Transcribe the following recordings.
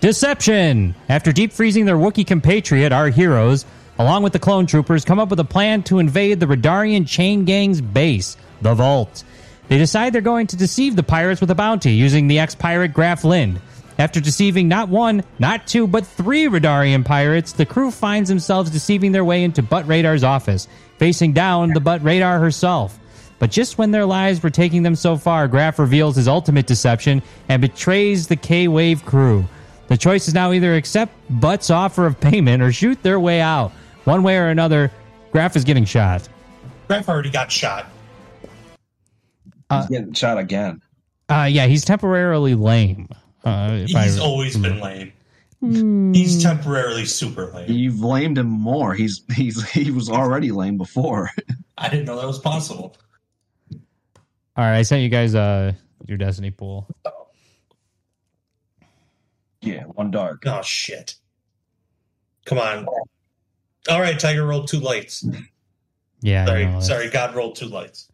Deception! After deep freezing their Wookiee compatriot, our heroes, along with the clone troopers, come up with a plan to invade the Radarian chain gang's base, the Vault. They decide they're going to deceive the pirates with a bounty using the ex pirate Graf Lind. After deceiving not one, not two, but three Radarian pirates, the crew finds themselves deceiving their way into Butt Radar's office, facing down the Butt Radar herself. But just when their lives were taking them so far, Graf reveals his ultimate deception and betrays the K Wave crew. The choice is now either accept Butt's offer of payment or shoot their way out. One way or another, Graf is getting shot. Graf already got shot. Uh, He's getting shot again. Uh, yeah, he's temporarily lame. Uh, if I- He's always Mm-hmm. been lame. He's temporarily super lame. You've lamed him more. He's he's he was already lame before. I didn't know that was possible. All right, I sent you guys uh, your Destiny pool. yeah, one dark. Mm-hmm. Oh shit! Come on. All right, Tiger rolled two lights. Yeah, I Sorry, know. sorry, God rolled two lights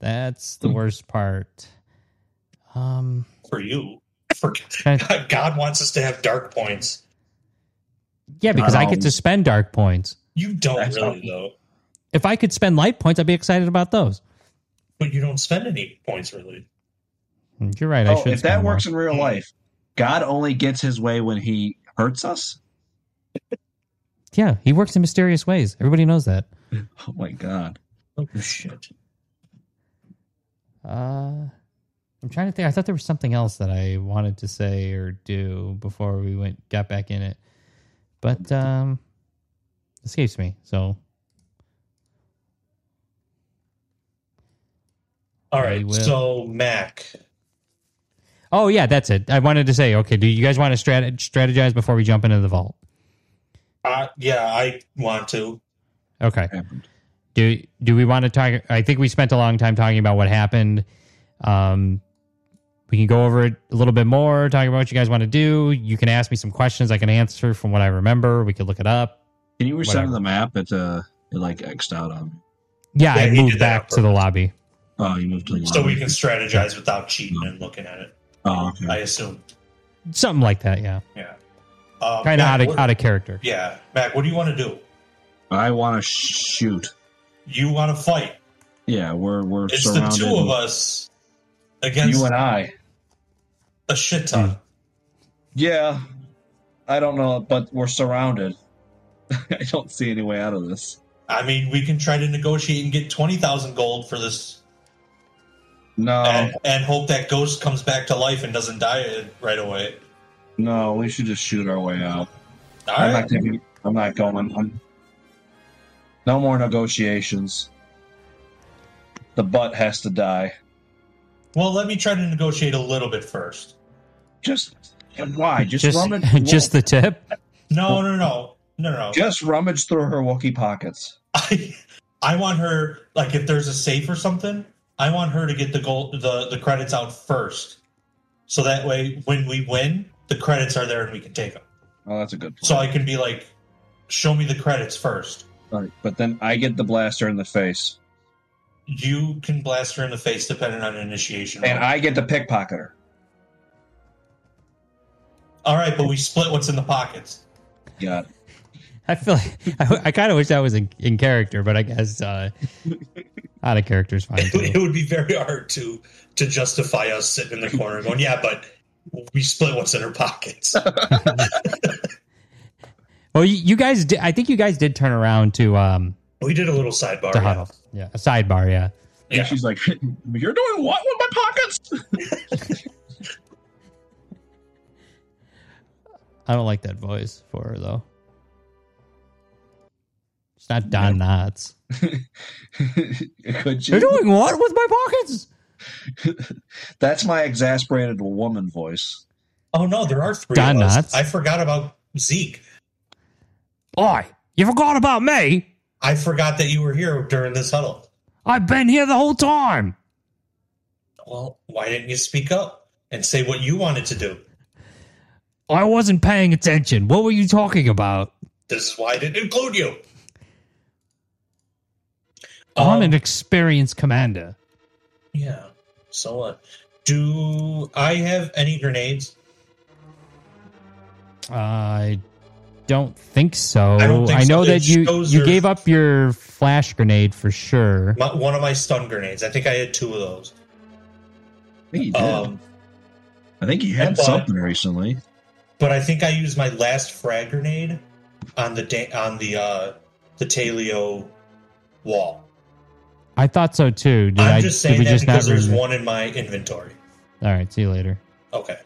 That's the worst part. Um, for you. For Okay. God wants us to have dark points. yeah, because I get to always. spend dark points. You don't That's really not- though, If I could spend light points, I'd be excited about those. but you don't spend any points really. You're right. I Oh, should. if that spend more. works in real life, God only gets his way when he hurts us. yeah, he works in mysterious ways. Everybody knows that. Oh my God. Oh Mm-hmm. shit! Uh, I'm trying to think. I thought there was something else that I wanted to say or do before we went got back in it, but um, escapes me. So All Yeah, right, you will. so Mac, Oh yeah, that's it. I wanted to say, okay, do you guys want to strat- strategize before we jump into the vault? uh, yeah, I want to. Okay. Happened. Do do we want to talk? I think we spent a long time talking about what happened. Um, we can go over it a little bit more, talk about what you guys want to do. You can ask me some questions. I can answer from what I remember. We could look it up. Can you resend Whatever. the map? It uh, it like X'd out on me. Yeah, Yeah, I he did moved that on back to the lobby. Oh, you moved to the So we lobby. can strategize without cheating and looking at it. Oh, okay. I assume. Something like that. Yeah, Yeah. Um, kind of Mac, out of what- out of character. Yeah, Mac. What do you want to do? I want to shoot. You want to fight? Yeah, we're we're It's the surrounded. two of us against You and Hmm. I. a shit ton. Yeah, I don't know, but we're surrounded. I don't see any way out of this. I mean, we can try to negotiate and get twenty thousand gold for this, No, and, and hope that ghost comes back to life and doesn't die right away. no, we should just shoot our way out. All I'm right. not taking. I'm not going. I'm- no more negotiations. The butt has to die. Well, let me try to negotiate a little bit first. Just why? Just Just rummage. just the tip. No, no, no, no, no. no. just rummage through her Wookiee pockets. I, I want her like if there's a safe or something, I want her to get the gold, the the credits out first, so that way when we win, the credits are there and we can take them. Oh, that's a good. Plan. So I can be like, show me the credits first. All right, but then I get the blaster in the face, You can blast her in the face depending on initiation. and roll. I get the pickpocketer. All right, but we split what's in the pockets. God, I feel like I, I kind of wish that was in, in character, but I guess uh, out of character is fine. Too. It would be very hard to to justify us sitting in the corner going, "Yeah, but we split what's in her pockets." Well, you, you guys, did, I think you guys did turn around to um we did a little sidebar. to Oh, yeah. huddle. Yeah, a sidebar. Yeah, And Yeah. she's like, "You're doing what with my pockets?" I don't like that voice for her though. It's not Don Knotts. Could They're you? doing what with my pockets? That's my exasperated woman voice. Oh no, there are three. Don of us. Knotts. I forgot about Zeke. Oi, you forgot about me? I forgot that you were here during this huddle. I've been here the whole time. Well, why didn't you speak up and say what you wanted to do? I wasn't paying attention. What were you talking about? This is why I didn't include you. I'm Um, an experienced commander. Yeah. So what? Do I have any grenades? I don't think so. I, I don't think so. know It that you shows you there's- gave up your flash grenade for sure. My, one of my stun grenades. I think I had two of those. I think he did. Um, uh, I think he had but- something recently. but I think I used my last frag grenade on the da- on the uh, the Talio wall. I thought so too. Did I'm I- just did saying we that just because not there's read it? one in my inventory. All right, see you later. Okay.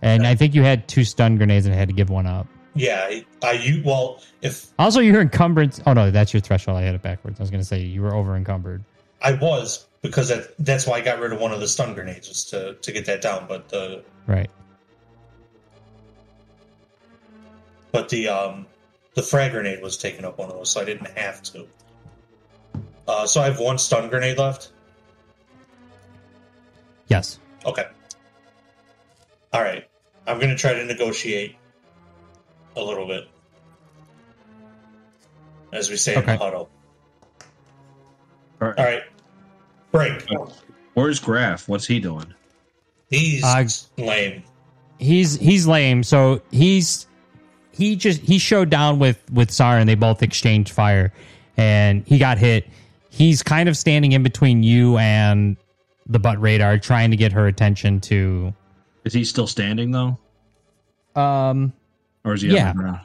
And I think you had two stun grenades and had to give one up. Yeah, I, I you well if Also, your encumbrance. Oh no, that's your threshold. I had it backwards. I was going to say you were over encumbered. I was because that, that's why I got rid of one of the stun grenades was to to get that down. But the Right. but the um the frag grenade was taking up one of those, so I didn't have to. Uh, so I have one stun grenade left. Yes. Okay. All right. I'm going to try to negotiate a little bit. As we say Okay. in the huddle. All right. All right. Break. Where's Graf? What's he doing? He's Uh, lame. He's he's lame. So he's he just he showed down with with Sar and they both exchanged fire, and he got hit. He's kind of standing in between you and the butt radar, trying to get her attention to. Is he still standing though, Um. or is he? Yeah. on the ground?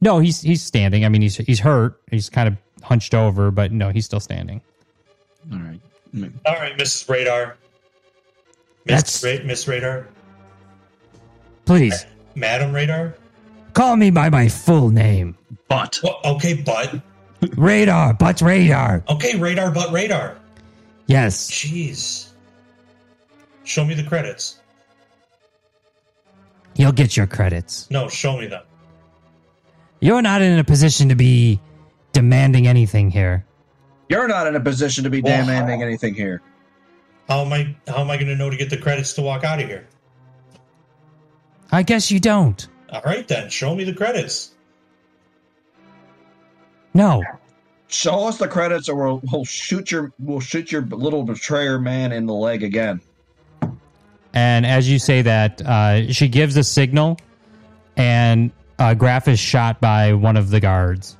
No, he's he's standing. I mean, he's he's hurt. He's kind of hunched over, but no, he's still standing. All right. Mm. All right, Mrs. Radar. That's- Miss, Ra- Miss Radar. Please Madam Radar. call me by my full name, But Well, okay, but. Radar, but Radar. Okay, Radar, but Radar. Yes. Jeez. Show me the credits. You'll get your credits. No, show me them. You're not in a position to be demanding anything here. you're not in a position to be Well, demanding anything here. How am I how am I going to know to get the credits to walk out of here? I guess you don't. All right then, show me the credits. No. Show us the credits, or we'll, we'll shoot your we'll shoot your little betrayer man in the leg again. And as you say that, uh, she gives a signal, and uh, Graf is shot by one of the guards. I,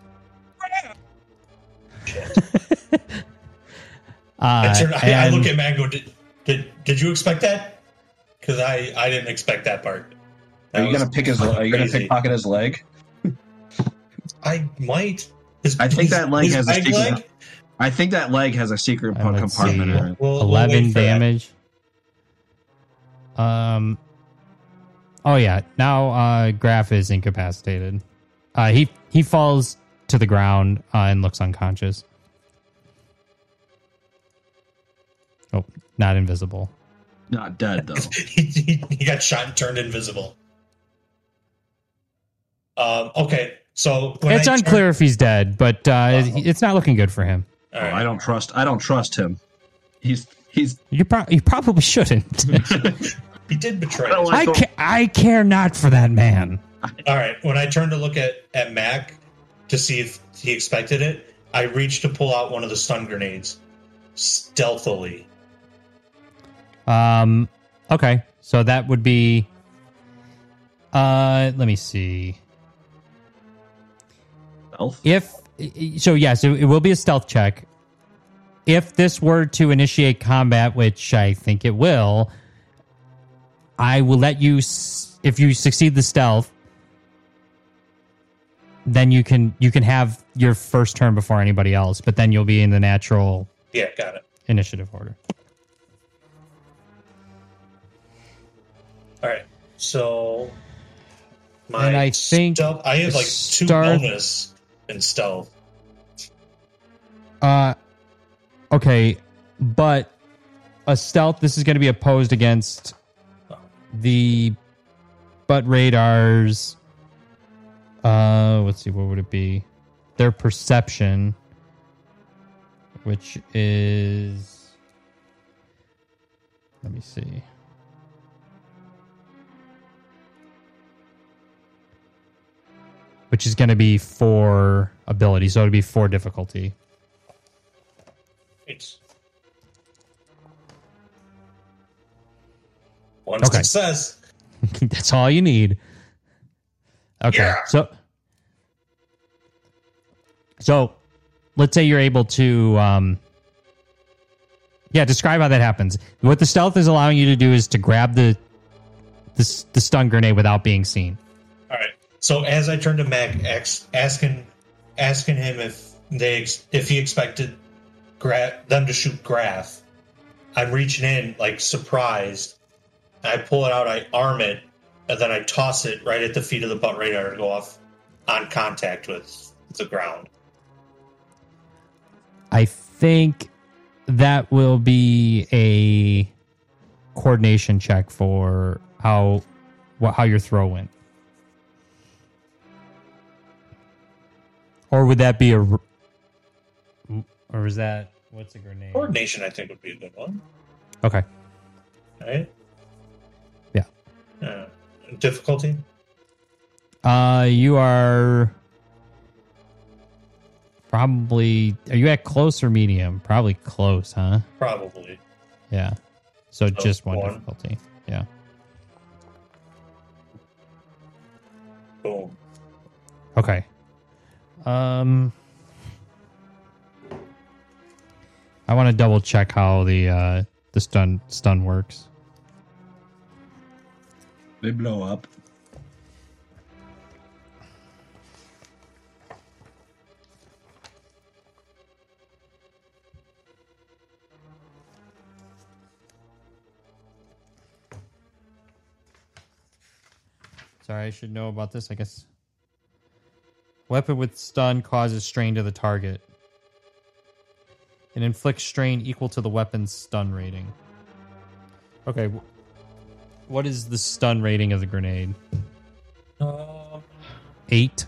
uh, turn, I, I and- look at Mango. Did, did did you expect that? Because I I didn't expect that part. Are you That gonna was pick his? Are you gonna crazy. pickpocket his leg? I might. His- I think that leg his has a peg secret I think that leg has a secret Uh, let's compartment see. in it. We'll- we'll eleven wait for that. damage. Um. Oh yeah. Now uh, Graf is incapacitated. Uh, he he falls to the ground uh, and looks unconscious. Oh, not invisible. Not dead though. he, he, he got shot and turned invisible. Um. Okay. So when it's I turn- unclear if he's dead, but uh, Uh-oh. it's not looking good for him. All Oh, right. I don't trust. I don't trust him. He's he's. You, pro- you probably shouldn't. He did betray. I don't us. I, ca- I care not for that man. All right. When I turned to look at, at Mac to see if he expected it, I reached to pull out one of the stun grenades stealthily. Um, okay, so that would be. Uh, let me see. Elf. If so, yes, it, it will be a stealth check. If this were to initiate combat, which I think it will, I will let you. s- If you succeed the stealth, then you can you can have your first turn before anybody else. But then you'll be in the natural Yeah, got it. initiative order. All right. So my And I think stealth, I have like two start- bonus in stealth. Uh, okay, but a stealth. This is going to be opposed against the butt radars. Uh, let's see, what would it be? Their perception, which is. Let me see. Which is going to be four ability, so it'll be four difficulty. It's one Okay. success. That's all you need. Okay. Yeah. So So let's say you're able to um yeah, describe how that happens. What the stealth is allowing you to do is to grab the the, s- the stun grenade without being seen. All right. So as I turned to Mac, ex- asking asking him if they ex- if he expected gra- them to shoot Graf, I'm reaching in like surprised. I pull it out, I arm it, and then I toss it right at the feet of the butt radar to go off on contact with the ground. I think that will be a coordination check for how what how your throw went. Or would that be a r- or is that what's a grenade? Coordination, I think, would be a good one. Okay. Right? Yeah. Uh, difficulty. Uh you are probably are you at close or medium? Probably close, huh? Probably. Yeah. So just one one. difficulty. Boom. Okay. Um, I want to double check how the uh, the stun stun works. They blow up. Sorry, I should know about this. I guess. Weapon with stun causes strain to the target. It inflicts strain equal to the weapon's stun rating. Okay. wh- What is the stun rating of the grenade? Um, Eight.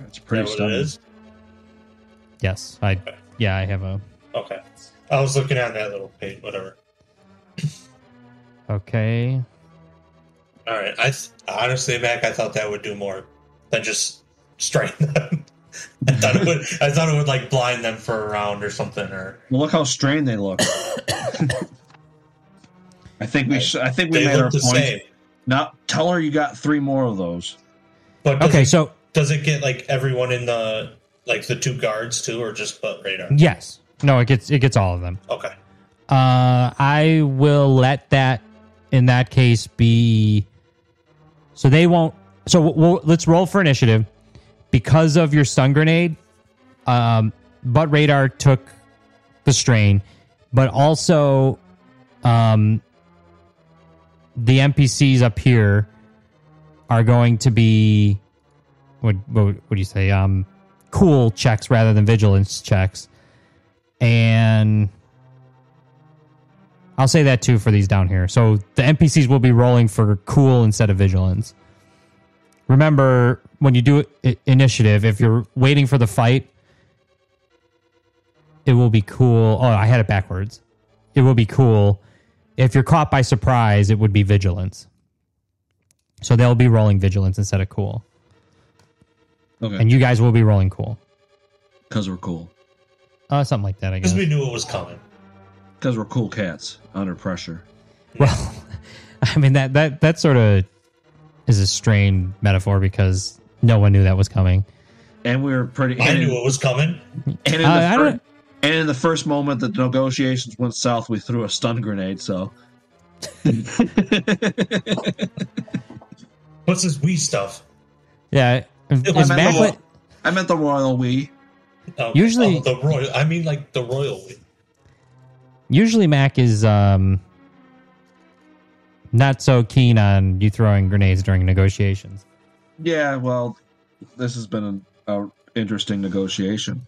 That's pretty what it stunning. is? Yes. I. Yeah, I have a Okay. I was looking at that little page, whatever. Okay. All right. I th- honestly, Mac, I thought that would do more than just strike them. I thought it would. I thought it would like blind them for a round or something. Or Well, look how strained they look. I think we. Sh- I think we they made our look the point. same. Now tell her you got three more of those. But does, Okay, okay. so does it get like everyone in the like the two guards too, or just butt radar? yes. No, it gets it gets all of them. Okay. Uh I will let that in that case be so they won't so we'll, we'll- let's roll for initiative because of your stun grenade um but radar took the strain but also um the NPCs up here are going to be what what, would- what do you say um cool checks rather than vigilance checks and I'll say that too for these down here. So the NPCs will be rolling for cool instead of vigilance. Remember, when you do i- initiative, if you're waiting for the fight, it will be cool. Oh, I had it backwards. It will be cool. If you're caught by surprise, it would be vigilance. So they'll be rolling vigilance instead of cool. Okay, And you guys will be rolling cool. because we're cool. Uh, something like that, I guess. Because we knew it was coming. Because we're cool cats under pressure. Well, I mean that that that sort of is a strained metaphor because no one knew that was coming. And we were pretty. I and in- knew it was coming. And in, Uh, the I fir- don't- and in the first moment that the negotiations went south, we threw a stun grenade. So What's this wee stuff? Yeah, It is was Mac memorable. li- I meant the royal we. Um, Usually- oh, the royal. I mean, like the royal wee. usually Mac is um not so keen on you throwing grenades during negotiations. Yeah, well, this has been an a interesting negotiation.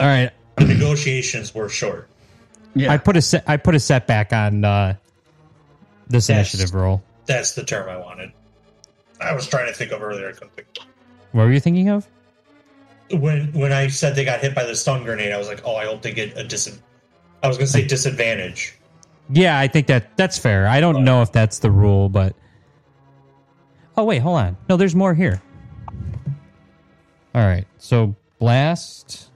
All right, The negotiations were short. Yeah, I put a set, I put a setback on uh, this Yes. initiative roll. That's the term I wanted. I was trying to think of earlier. I couldn't think. What were you thinking of? when when I said they got hit by the stun grenade, I was like, oh, I hope they get a dis. I was gonna say disadvantage. Yeah, I think that that's fair. I don't know if that's the rule, but oh wait, hold on. No, there's more here. All right, so blast.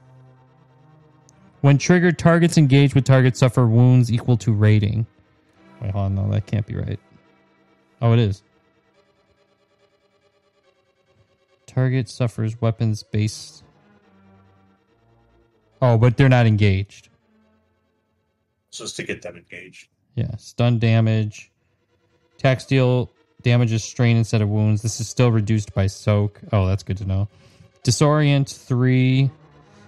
When triggered, targets engaged with targets suffer wounds equal to rating. Wait, hold on. No, that can't be right. Oh, it is. Target suffers weapons based. Oh, but they're not engaged. So it's to get them engaged. Yeah, stun damage. Tax deal damages strain instead of wounds. This is still reduced by soak. Oh, that's good to know. Disorient three.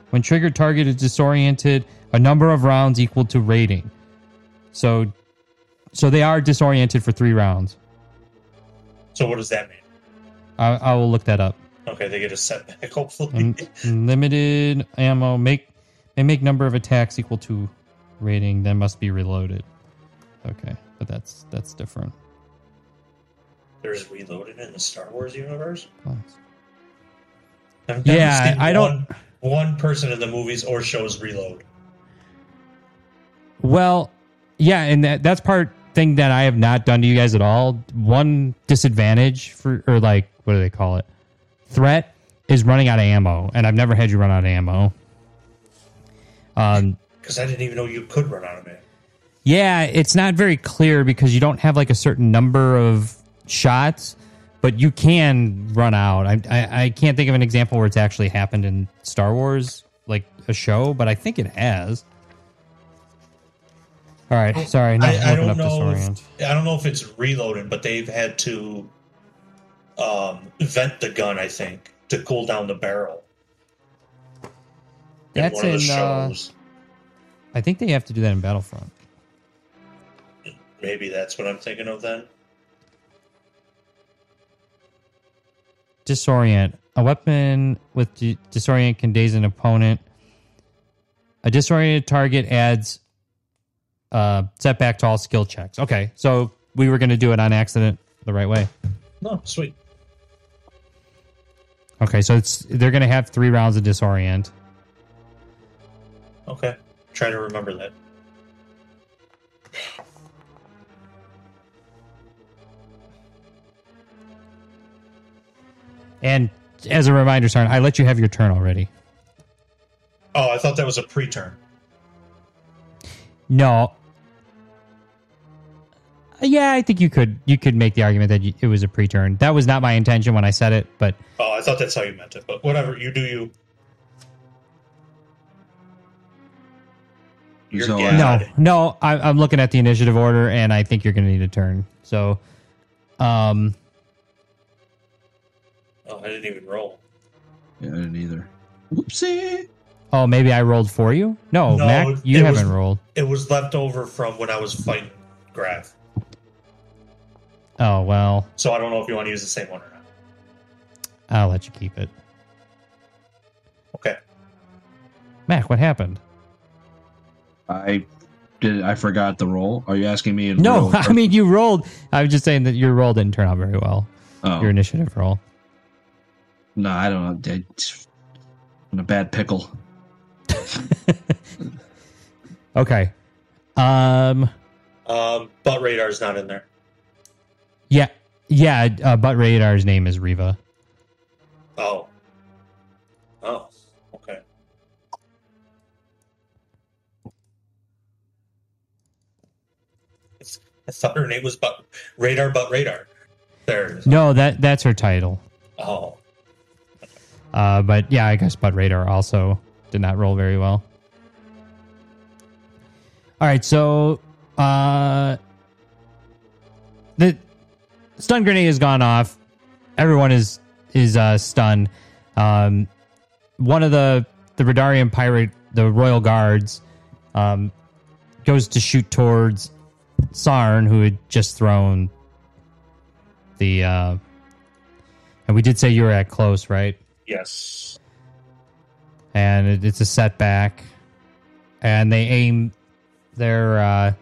When triggered target is disoriented, a number of rounds equal to rating. So so they are disoriented for three rounds. So what does that mean? I, I will look that up. Okay, they get a setback, hopefully. Mm. Limited ammo make may make number of attacks equal to rating, then must be reloaded. Okay, but that's that's different. There's reloaded in the Star Wars universe. Class. I've never Yeah, seen I don't- One, one person in the movies or shows reload. Well, yeah, and that, that's part thing that I have not done to you guys at all. One disadvantage for or like what do they call it? Threat is running out of ammo, and I've never had you run out of ammo. Um, Because I didn't even know you could run out of it. Yeah, it's not very clear because you don't have like a certain number of shots, but you can run out. I, I, I can't think of an example where it's actually happened in Star Wars, like a show, but I think it has. All right, sorry, not I, I looking don't up know. disorient. If, I don't know if it's reloaded, but they've had to um, vent the gun. I think to cool down the barrel. That's in one of the in, uh, shows. I think they have to do that in Battlefront. Maybe that's what I'm thinking of then. Disorient. A weapon with di- disorient can daze an opponent. A disoriented target adds uh, setback to all skill checks. Okay, so we were going to do it on accident the right way. No, Oh, sweet. Okay, so it's they're going to have three rounds of disorient. Okay, try to remember that. And as a reminder, Sarn, I let you have your turn already. Oh, I thought that was a pre-turn. No. Yeah, I think you could you could make the argument that you, it was a pre-turn. That was not my intention when I said it, but Oh, I thought that's how you meant it. But whatever, you do you. You're So, uh, gay. No, Got it. no, I, I'm looking at the initiative order, and I think you're going to need a turn. So, um, Oh, I didn't even roll. yeah, I didn't either. Whoopsie. oh, maybe I rolled for you. No, No, Mac, you it was- haven't rolled. It was left over from when I was fighting Graf. Oh well, So I don't know if you want to use the same one or not. I'll let you keep it. Okay. Mac, what happened? I did. I forgot the roll. Are you asking me? in No, real- I mean you rolled. I was just saying that your roll didn't turn out very well. Oh. Your initiative roll. No, I don't know. I, I'm in a bad pickle. Okay. Um. Um, but radar's not in there. Yeah. Yeah. Uh, but radar's name is Riva. Oh. Oh. Okay. It's, I thought her name was but radar, but radar. There it is. No, that that's her title. Oh. Uh, but yeah, I guess Bud Radar also did not roll very well. All right, so uh, the stun grenade has gone off. Everyone is is uh, stunned. Um, one of the the Radarian pirate, the royal guards, um, goes to shoot towards Sarn, who had just thrown the. Uh, and we did say you were at close, right? Yes. and it, it's a setback. And they aim their uh,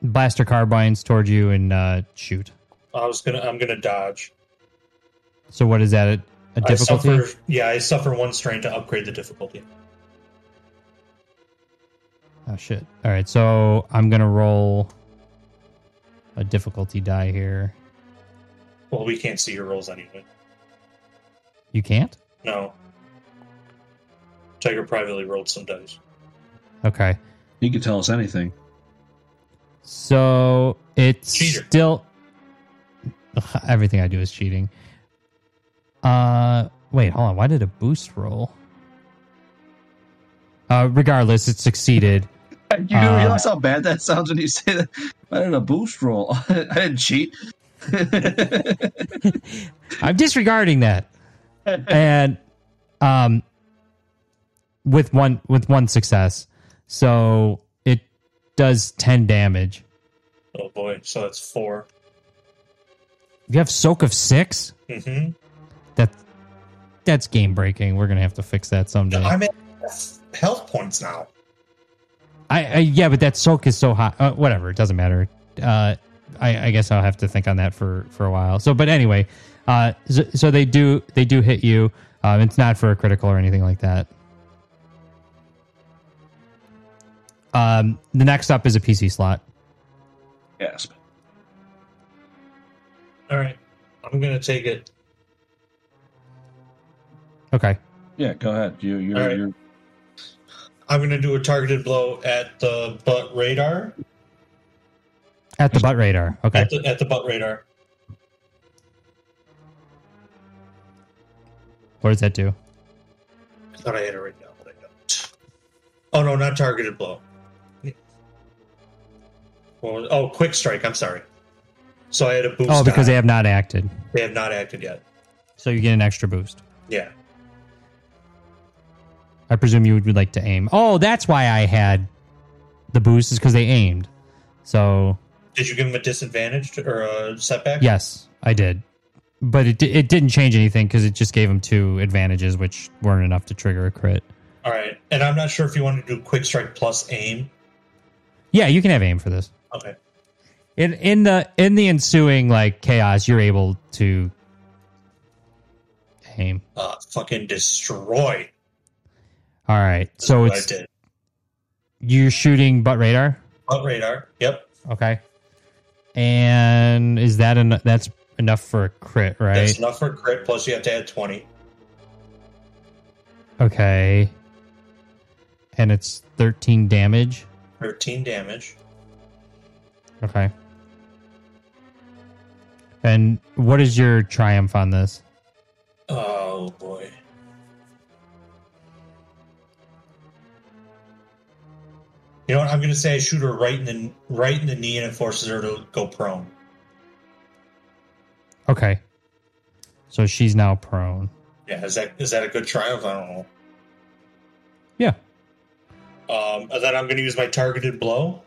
blaster carbines towards you and uh, shoot. I was gonna. I'm gonna dodge. So what is that? A, a I difficulty? suffer. Yeah, I suffer one strain to upgrade the difficulty. Oh shit! All right, so I'm gonna roll a difficulty die here. Well, we can't see your rolls anyway. You can't. No. Tiger privately rolled some dice. Okay. You can tell us anything. So it's Cheater. still Ugh, everything I do is cheating. Uh, wait, hold on. Why did a boost roll? Uh, regardless, it succeeded. You do Uh, realize how bad that sounds when you say that? I did a boost roll. I didn't cheat. I'm disregarding that. and um with one with one success. So it does 10 damage. Oh boy, so that's 4 You have soak of 6? Mm-hmm. That that's game breaking. We're going to have to fix that someday. I'm at health points now. I, I yeah, but that soak is so high. Uh, whatever, it doesn't matter. Uh, I, I guess I'll have to think on that for for a while. So, but anyway, uh, so, so they do they do hit you. Um, it's not for a critical or anything like that. Um, the next up is a PC slot. Gasp. All right, I'm gonna take it. Okay, Yeah, go ahead. You, you're, All right. you're I'm gonna do a targeted blow at the butt radar. at the butt radar. Okay, At the at the butt radar. what does that do? I thought I had it right now, but I don't. Oh no, not targeted blow. Well, oh, quick strike. I'm sorry. So I had a boost. Oh, because on. they have not acted, they have not acted yet. so you get an extra boost. Yeah. I presume you would like to aim. Oh, that's why I had the boost is because they aimed. So Did you give him a disadvantage to, or a setback? Yes, I did. But it, di- it didn't change anything because it just gave him two advantages, which weren't enough to trigger a crit. All right. And I'm not sure if you want to do quick strike plus aim. Yeah, you can have aim for this. Okay. In in the in the ensuing like chaos, you're able to aim. Uh, fucking destroy. All right, is so what it's I did. you're shooting butt radar. Butt radar. Yep. Okay, and is that en- that's enough for a crit, right? That's enough for crit. Plus, you have to add twenty. Okay, and it's thirteen damage. Thirteen damage. Okay. And what is your triumph on this? Oh boy. You know what? I'm gonna say I shoot her right in the right in the knee, and it forces her to go prone. Okay. So she's now prone. Yeah, is that is that a good triumph? I don't know. Yeah. Um, and then I'm going to use my targeted blow,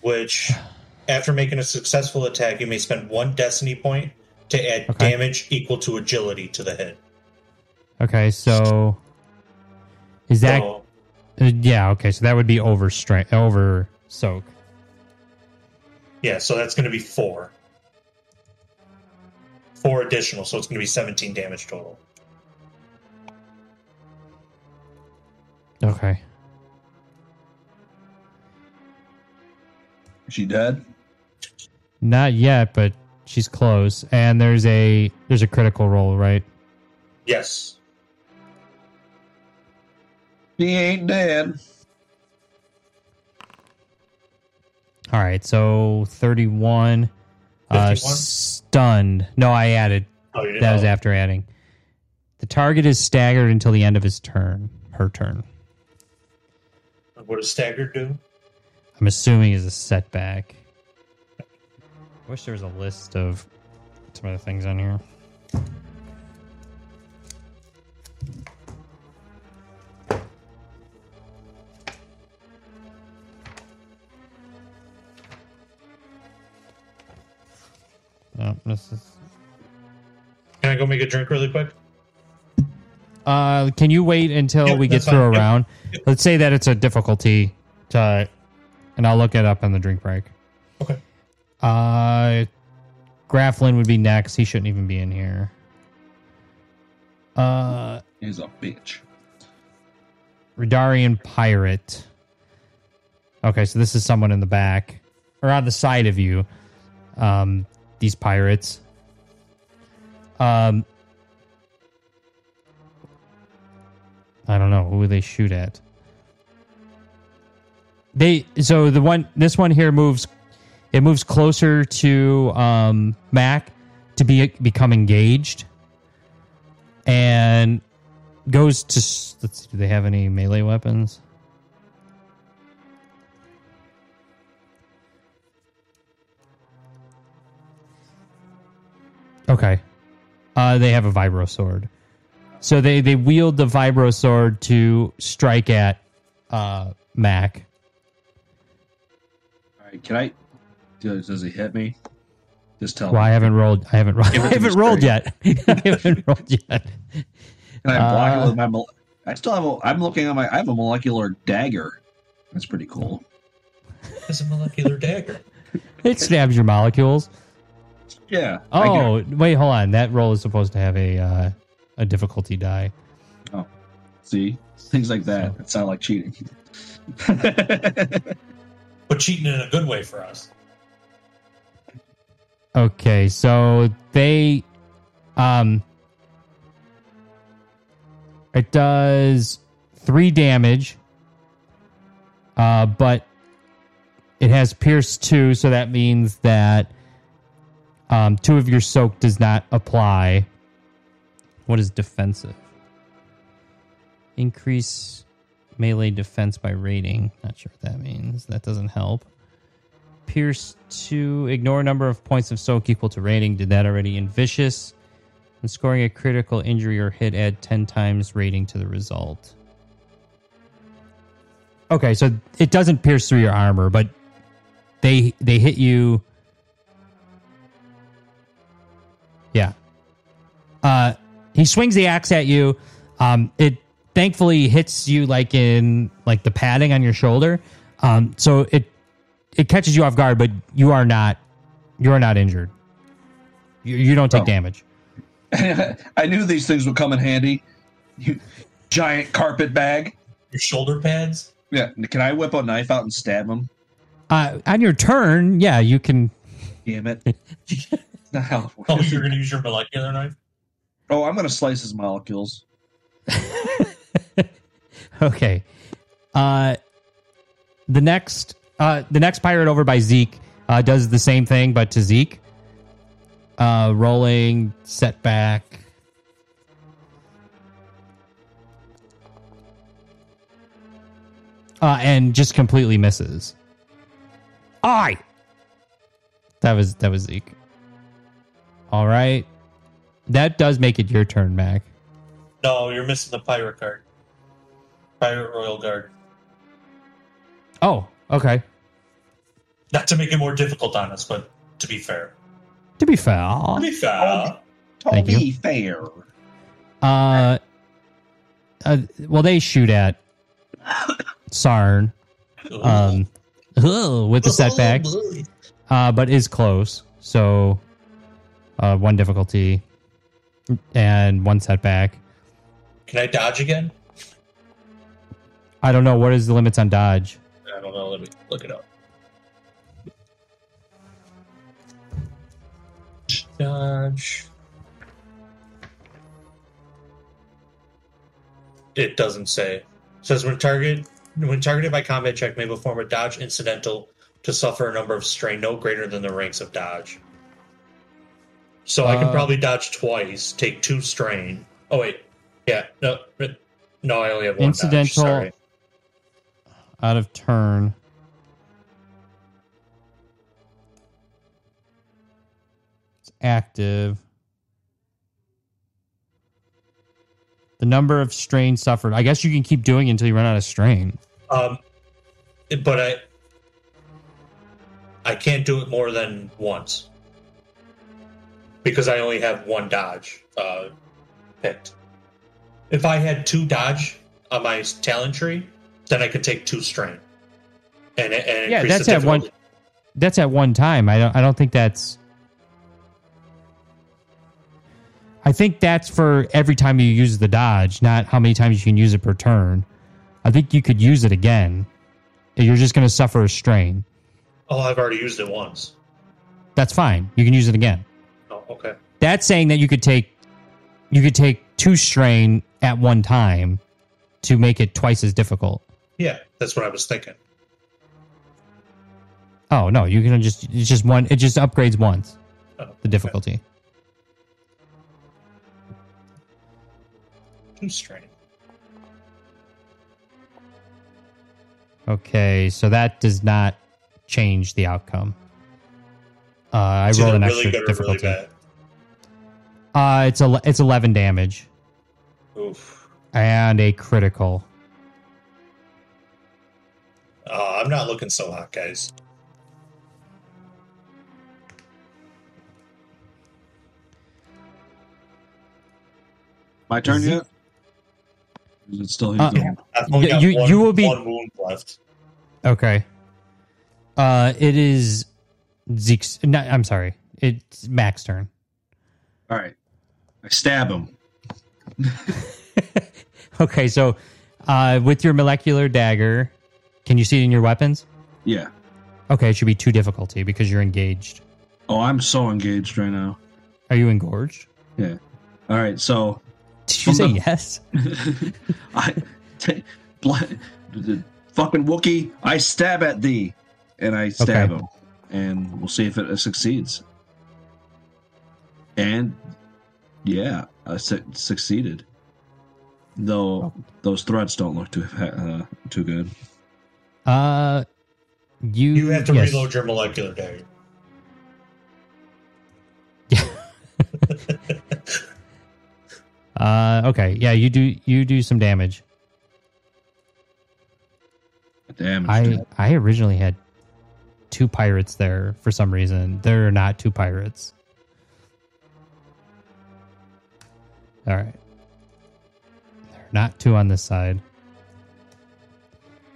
which, after making a successful attack, you may spend one destiny point to add Okay. damage equal to agility to the hit. Okay, so is that So, uh, yeah, okay, so that would be over strength over soak. yeah, so that's going to be four, four additional. So it's going to be 17 damage total. Okay. is she dead? Not yet, but she's close. And there's a there's a critical roll, right? Yes. She ain't dead. All right, so 31 uh 51? stunned. No, I added Oh, you didn't. That was after adding. The target is staggered until the end of his turn, her turn. What does staggered do? I'm assuming is a setback. I wish there was a list of some of the things on here. No, this is. Can I go make a drink really quick? Uh, can you wait until Yep, we get that's through a fine. Yep, round? yep. Let's say that it's a difficulty, to, and I'll look it up on the drink break. Okay. Uh, Graflin would be next. He shouldn't even be in here. Uh, He's a bitch. Redarian pirate. Okay, so this is someone in the back or on the side of you. Um, these pirates. Um, I don't know who would they shoot at. they so the one this one here moves it moves closer to um Mac to be become engaged and goes to s- let's see, do they have any melee weapons? Okay. Uh, they have a vibro sword. So they they wield the vibro sword to strike at uh, Mac. All right, can I? Does, does he hit me? Just tell Well, I me. haven't rolled. I haven't rolled. Give it I to haven't me rolled yet. I haven't rolled yet. Can I block uh, it with my? mole- I still have. A, I'm looking on my. I have a molecular dagger. That's pretty cool. It's a molecular dagger. It stabs your molecules. Yeah. I can- Oh, wait, hold on. That roll is supposed to have a uh, a difficulty die. see things like that. So- That sound like cheating. But cheating in a good way for us. Okay, so they um it does 3 damage. Uh but it has pierce 2, so that means that um 2 of your soak does not apply. What is defensive? Increase melee defense by rating. Not sure what that means. That doesn't help. Pierce two, ignore number of points of soak equal to rating. Did that already in vicious. And scoring a critical injury or hit, add ten times rating to the result. Okay, so it doesn't pierce through your armor, but they they hit you. Yeah. Uh, he swings the axe at you. Um, it thankfully hits you like in like the padding on your shoulder. Um, so it it catches you off guard, but you are not you are not injured. You, you don't take Oh. damage. I knew these things would come in handy. You giant carpet bag. Your shoulder pads. Yeah. Can I whip a knife out and stab him? Uh, on your turn, yeah, you can. Damn it. No. Oh, you're gonna use your molecular knife. oh, I'm gonna slice his molecules. Okay. Uh, the next uh, the next pirate over by Zeke uh, does the same thing, but to Zeke. Uh, rolling setback. Uh, and just completely misses. I. That was that was Zeke. All right, that does make it your turn, Mac. No, you're missing the pirate card. Pirate royal guard. Oh, okay. Not to make it more difficult on us, but to be fair. To be fair, To be fair. To Thank you. be fair. Uh, uh, well, they shoot at Sarn um, ugh, with the setback, uh, but is close. So, uh, one difficulty and one setback. Can I dodge again? I don't know what is the limits on dodge. I don't know. Let me look it up. Dodge. It doesn't say. It says when target when targeted by combat check may perform a dodge incidental to suffer a number of strain no greater than the ranks of dodge. So I can Uh, probably dodge twice, take two strain. Oh wait, yeah, no, no, I only have one. dodge, Incidental- sorry. Out of turn. It's active. The number of strain suffered. I guess you can keep doing it until you run out of strain. Um, but I, I can't do it more than once because I only have one dodge uh, picked. If I had two dodge on my talent tree, then I could take two strain. And, and Yeah, increase that's the at one- difficulty. that's at one time. I don't I don't think that's I think that's for every time you use the dodge, not how many times you can use it per turn. I think you could use it again. You're just going to suffer a strain. Oh, I've already used it once. That's fine. You can use it again. Oh, okay. That's saying that you could take you could take two strain at one time to make it twice as difficult. Yeah, that's what I was thinking. Oh no, you can just it's just one. It just upgrades once Oh, the difficulty. Too strange. Okay, so that does not change the outcome. Uh, I It's rolled either an really extra good or really difficulty. bad. uh, it's a it's eleven damage Oof. and a critical. Uh, I'm not looking so hot, guys. My turn Is it- yet? Is it still his Uh, turn? I've only Yeah, got you- one, you will be- one wound left. Okay. Uh, it is Zeke's. No, I'm sorry. It's Mac's turn. All right. I stab him. Okay, so uh, with your molecular dagger, can you see it in your weapons? Yeah. Okay, it should be two difficulty because you're engaged. Oh, I'm so engaged right now. Are you engorged? All right. So Did you say From yes? I t- blood, the fucking Wookie. I stab at thee, and I stab Okay. him, and we'll see if it succeeds. And yeah, I su- succeeded. Oh. Though those threads don't look too uh, too good. Uh, you You have to yes. reload your molecular dagger. Uh, okay, yeah, you do you do some damage. Damn. I I originally had two pirates there for some reason. There are not two pirates. All right. There are not two on this side.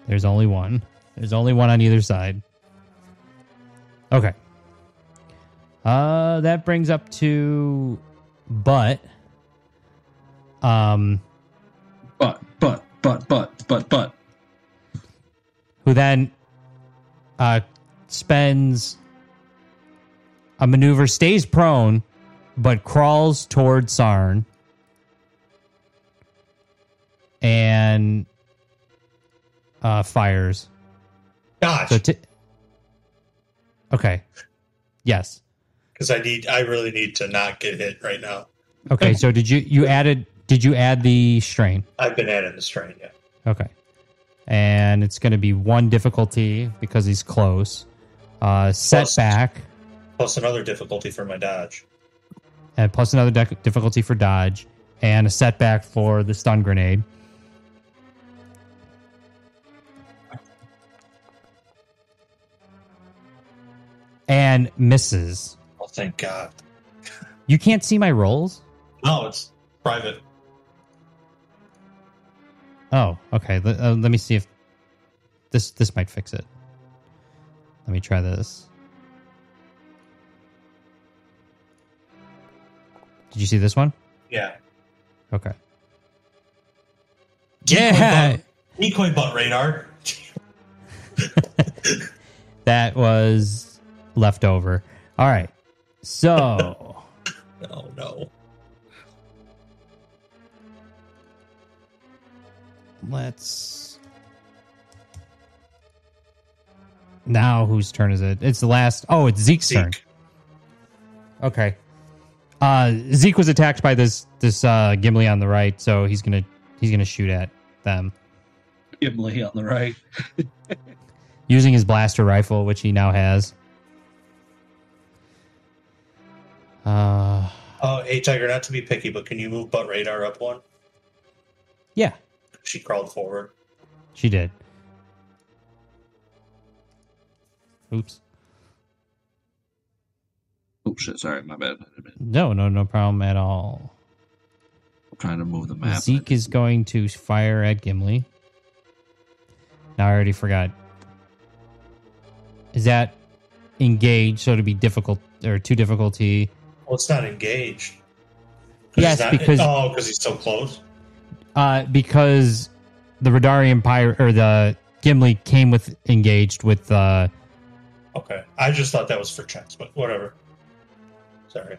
There's only one. There's only one on either side. Okay. Uh that brings up to but um But but but but but but who then uh, spends a maneuver, stays prone, but crawls toward Sarn. And uh, fires. Gosh, So t- okay. Yes. because I need, I really need to not get hit right now. Okay. So did you you added? Did you add the strain? I've been adding the strain. Yeah. Okay. And it's going to be one difficulty because he's close. Uh, setback. Plus another difficulty for my dodge. and plus another dec difficulty for dodge and a setback for the stun grenade. And misses. Oh, thank God. You can't see my rolls? No, it's private. Oh, okay. Let, uh, let me see if this this might fix it. Let me try this. Did you see this one? Yeah. Okay. Yeah. Decoy butt radar. that was left over. All right. So, Oh no. let's Now whose turn is it? It's the last. Oh, it's Zeke's turn. Zeke. Okay. Uh Zeke was attacked by this this uh Gimli on the right, so he's going to he's going to shoot at them Gimli on the right. using his blaster rifle which he now has. Uh Oh, hey Tiger, not to be picky, but can you move butt radar up one? yeah, She crawled forward. she did. Oops. Oh shit! Sorry, my bad. I'm No, no, no problem at all. trying to move the map. Zeke is going to fire at Gimli. Now I already forgot. Is that engaged? So to be difficult or too difficulty? Well, it's not engaged. 'Cause Yes, he's not- because- oh, because he's so close. Uh, because the Radarian Pyre or the Gimli came with engaged with uh, Okay, I just thought that was for checks, but whatever. Sorry.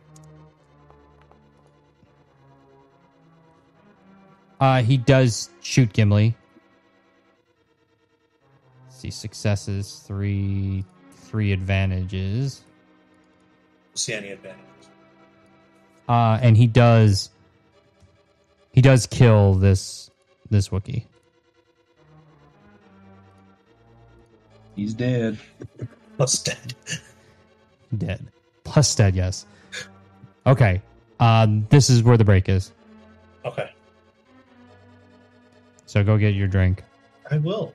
Uh, he does shoot Gimli. Let's see successes three, three advantages. See any advantages? Uh, and he does he does kill this this Wookiee. He's dead. Plus dead. Dead. Plus dead, yes. Okay. Um, this is where the break is. Okay, So go get your drink. I will.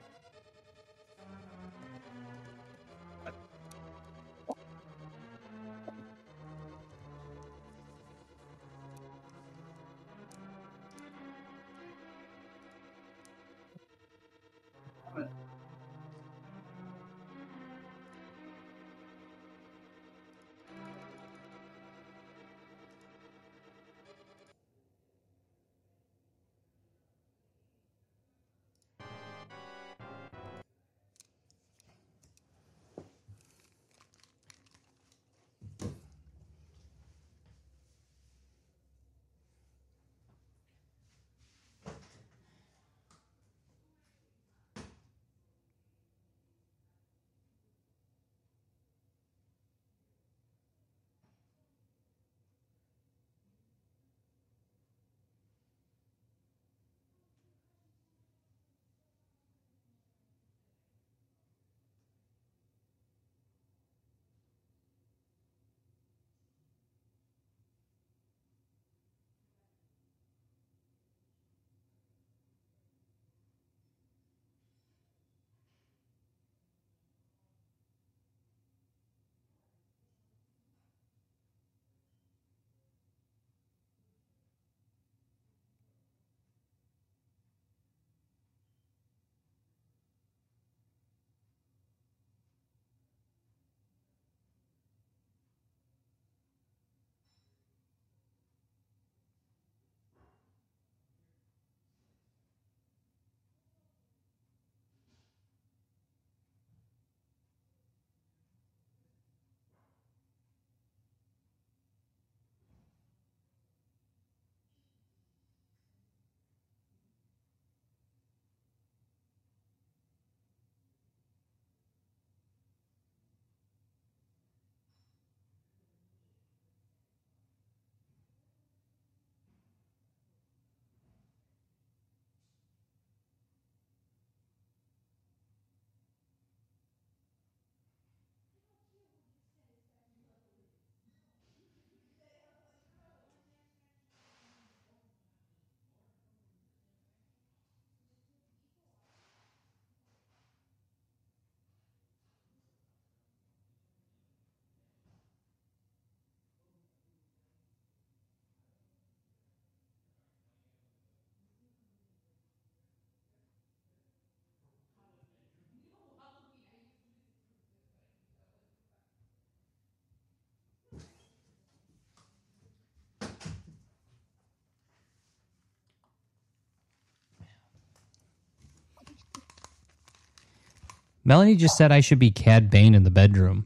Melanie just said I should be Cad Bane in the bedroom.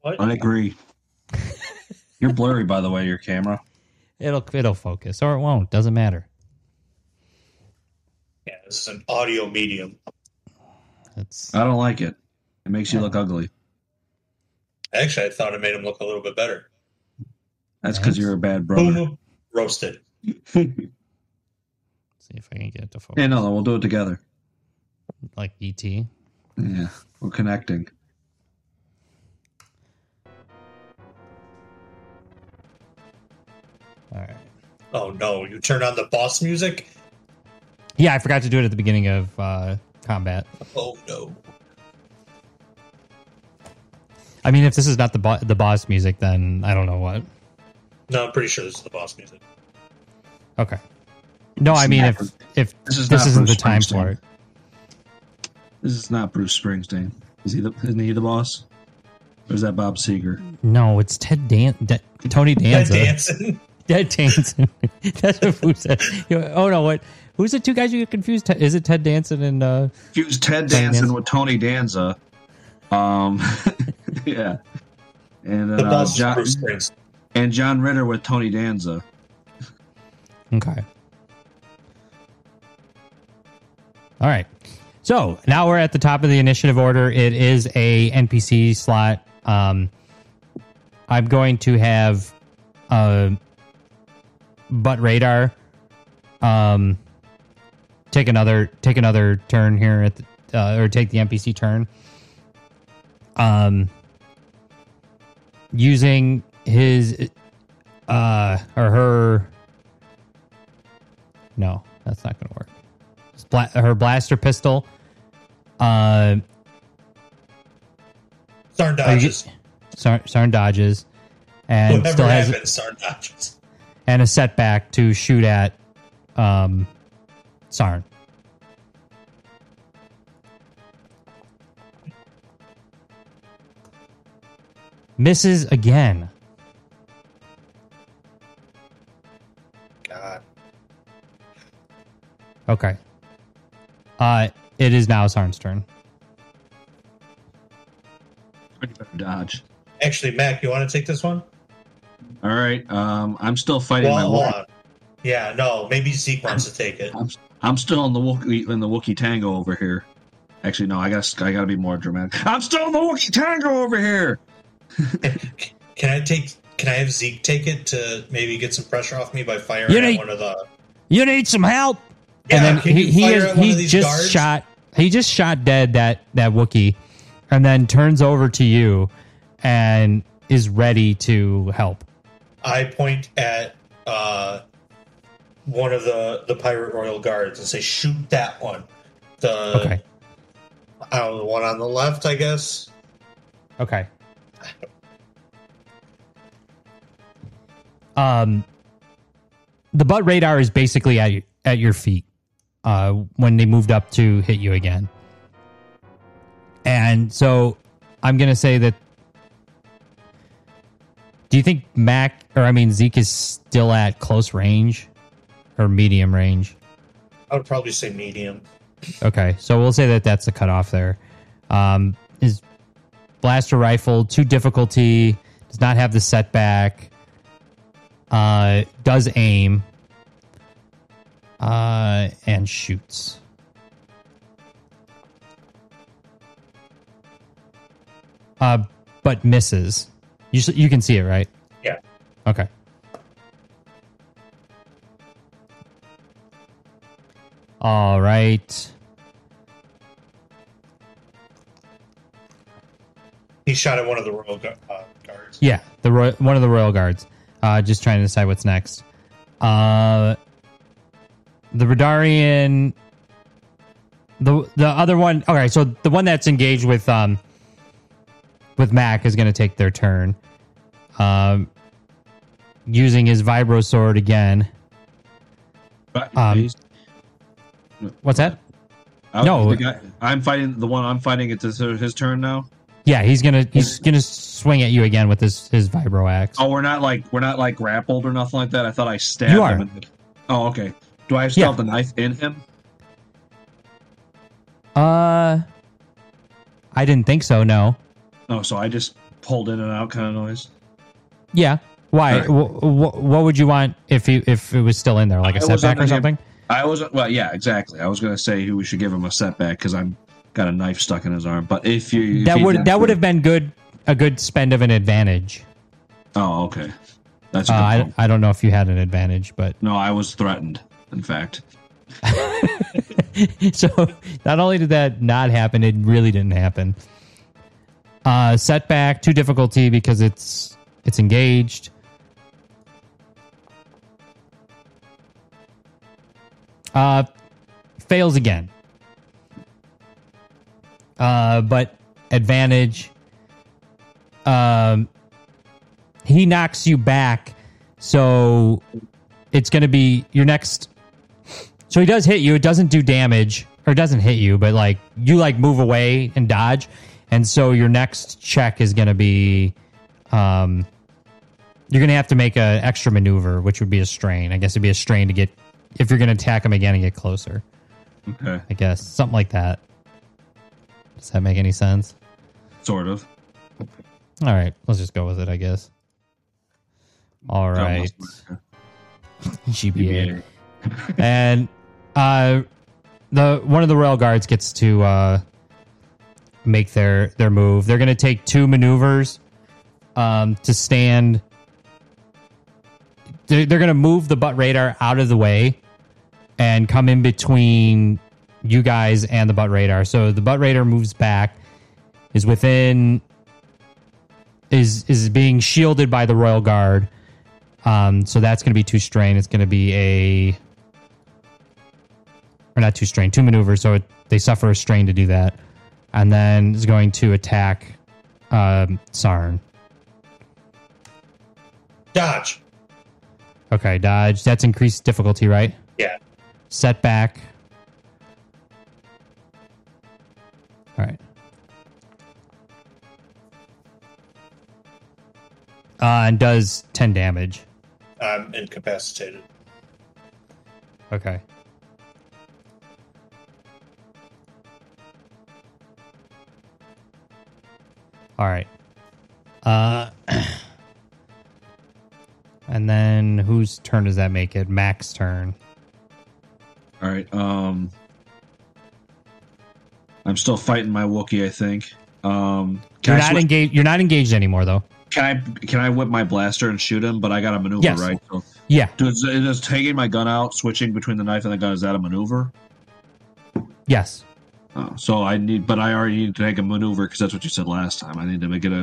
What? I agree. You're blurry, by the way, your camera. It'll it'll focus or it won't. Doesn't matter. Yeah, this is an audio medium. That's I don't like it. It makes you look ugly. Actually, I thought it made him look a little bit better. That's because you're a bad brother. Boom, roasted. hey, see if I can get it to focus. no, we'll do it together. Like E ET. Yeah, we're connecting. All right. Oh no! You turn on the boss music. Yeah, I forgot to do it at the beginning of uh, combat. Oh no! I mean, if this is not the bo- the boss music, then I don't know what. No, I'm pretty sure this is the boss music. Okay. No, This I is mean not if Bruce- if this, this is is not not Bruce the time for Springsteen. it. This is not Bruce Springsteen. Is he the? Isn't he the boss? Or is that Bob Seger? No, it's Ted Dan Da- Tony Danza. Dancing. Ted Danson. That's what Fu said. You- Oh no, what? Who's the two guys you get confused? Ted- Is it Ted Danson and uh, Fuse Tony Ted Danson Danza. with Tony Danza. Um, yeah, and The then, uh, boss is John Bruce Springsteen. and John Ritter with Tony Danza. Okay. All right. So now we're at the top of the initiative order. It is a NPC slot. Um, I'm going to have uh, butt radar. Um, take another take another turn here at the, uh, or take the NPC turn. Um, using his uh or her. No, that's not going to work bla- her blaster pistol. Uh, Sarn dodges. Sar- Sarn dodges, and Whatever still has happens, Sarn dodges. and a setback to shoot at um, Sarn. Misses again. God. Okay. Uh, it is now Sarn's turn. Pretty better dodge. Actually, Mac, you want to take this one? All right. Um, I'm still fighting Well, my hold Wookiee. on. Yeah, no, maybe Zeke wants to take it. I'm still in the Wookiee in the Wookiee tango over here. Actually, no. I got I got to be more dramatic. I'm still in the Wookiee tango over here. Can I take? Can I have Zeke take it to maybe get some pressure off me by firing You at need- one of the? You need some help. Yeah, and then can he, you he, fire is- at one of he these just guards? shot he just shot dead that that Wookiee and then turns over to you and is ready to help. I point at uh, one of the the pirate royal guards and say, "Shoot that one." The Okay. I don't know, the one on the left, I guess. Okay. Um, the butt radar is basically at at your feet uh, when they moved up to hit you again, and so I'm gonna say that. Do you think Mac or I mean Zeke is still at close range or medium range? I would probably say medium. Okay, so we'll say that that's the cutoff there. Um, is blaster rifle two difficulty? Does not have the setback. Uh, does aim. Uh, and shoots. Uh, but misses. You s- you can see it, right? Yeah. Okay. All right. He shot at one of the royal gu- uh, guards. Yeah, the roy- one of the royal guards. Uh, just trying to decide what's next. Uh, the Radarian. The the other one. All right, so the one that's engaged with um with Mac is going to take their turn. Um, using his vibro sword again. But- Um, What's that? I- no. uh, the guy- I'm fighting the one I'm fighting. It's his, his turn now. Yeah, he's gonna he's gonna swing at you again with his his vibro axe. Oh, we're not like we're not like grappled or nothing like that. I thought I stabbed You are. him. in the- Oh, okay. Do I still Yeah. have the knife in him? Uh, I didn't think so. No. Oh, so I just pulled in and out kind of noise. Yeah. Why? All right. Wh- wh- what would you want if you if it was still in there, like a I was setback or under- something? I was well, yeah, exactly. I was gonna say we should give him a setback because I'm got a knife stuck in his arm. But if you if That he would did- that would have been good a good spend of an advantage. Oh, okay. That's a Uh, good I point. I don't know if you had an advantage, but No, I was threatened. In fact, so not only did that not happen, it really didn't happen. Uh, setback too difficulty because it's it's engaged. Uh, fails again. Uh, but advantage. Um, he knocks you back, so it's going to be your next so he does hit you. It doesn't do damage, or it doesn't hit you, but like you like move away and dodge, and so your next check is going to be, um, you're going to have to make an extra maneuver, which would be a strain. I guess it'd be a strain to get if you're going to attack him again and get closer. okay, I guess something like that. Does that make any sense? sort of. All right, let's just go with it. I guess. All right, GBA. GBA. and uh, the one of the rail guards gets to uh, make their their move. They're going to take two maneuvers um, to stand. They're, they're going to move the butt radar out of the way and come in between you guys and the butt radar. So the butt radar moves back, is within, is is being shielded by the royal guard. Um, so that's going to be two strain. It's going to be a or not two strain, two maneuvers. So it, they suffer a strain to do that, and then is going to attack um, Sarn. Dodge. Okay, dodge. That's increased difficulty, right? Yeah. Setback. All right. Uh, and does 10 damage. I'm incapacitated. Okay. All right. Uh, and then whose turn does that make it? Mac's turn. All right. Um, I'm still fighting my Wookiee, I think. Um, You're can, I not switch- engaged. You're not engaged anymore, though. can I can I whip my blaster and shoot him? But I got a maneuver, Yes. right? So, Yeah, does, does taking my gun out, switching between the knife and the gun, is that a maneuver? yes. Oh, so I need, but I already need to take a maneuver because that's what you said last time. I need to make it a.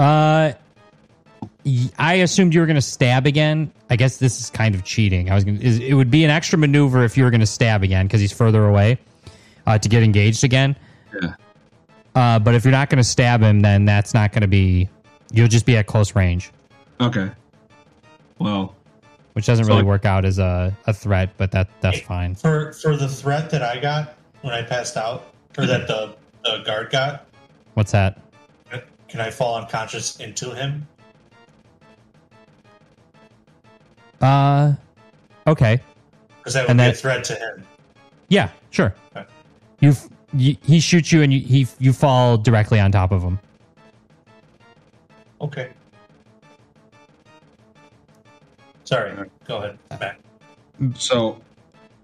Uh, y- I assumed you were going to stab again. I guess this is kind of cheating. I was going. It would be an extra maneuver if you were going to stab again because he's further away uh, to get engaged again. Yeah. Uh, but if you're not going to stab him, then that's not going to be. You'll just be at close range, Okay. Well, which doesn't So really I- work out as a, a threat. But that that's fine. For for the threat that I got when I passed out, or that the, the guard got, What's that? can I fall unconscious into him? Uh, okay. Because that would And be a that- threat to him. Yeah, sure. Okay. You, f- you he shoots you and you he you fall directly on top of him. Okay. Sorry. Go ahead. Mac. so.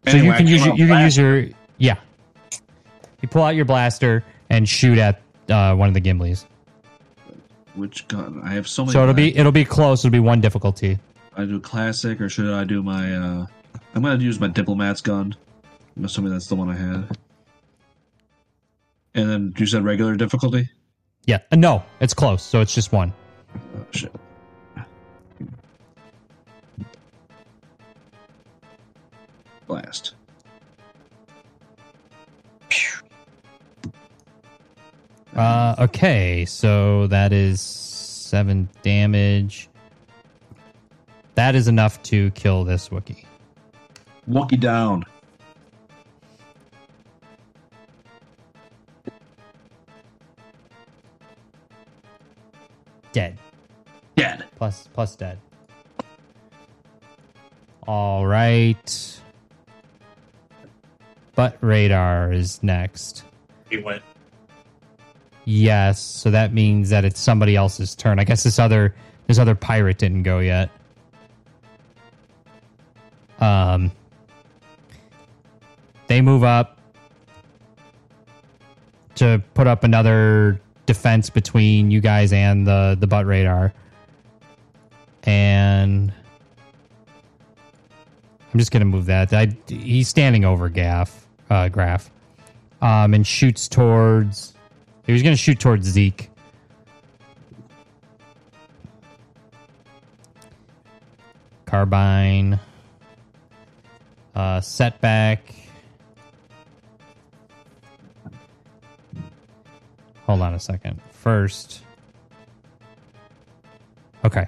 So you anyway, can I use come your, out you can black- use your yeah. You pull out your blaster and shoot at uh, one of the Gimleys. which gun? I have so many. So it'll black- be it'll be close. It'll be one difficulty. I do classic, or should I do my? uh I'm gonna use my diplomat's gun. I'm assuming that's the one I had. And then you said regular difficulty. Yeah, uh, no, it's close. So it's just one. Oh, shit. Blast. Uh, okay, so that is seven damage. That is enough to kill this Wookiee. Wookie down. Dead. Dead. plus plus dead. All right. But radar is next. He went. Yes, so that means that it's somebody else's turn. I guess this other this other pirate didn't go yet. Um they move up to put up another defense between you guys and the the butt radar. And I'm just going to move that. I, he's standing over Gaff, uh, Graph, um, and shoots towards. He was going to shoot towards Zeke. Carbine. Uh, setback. Hold on a second. First. Okay. Uh,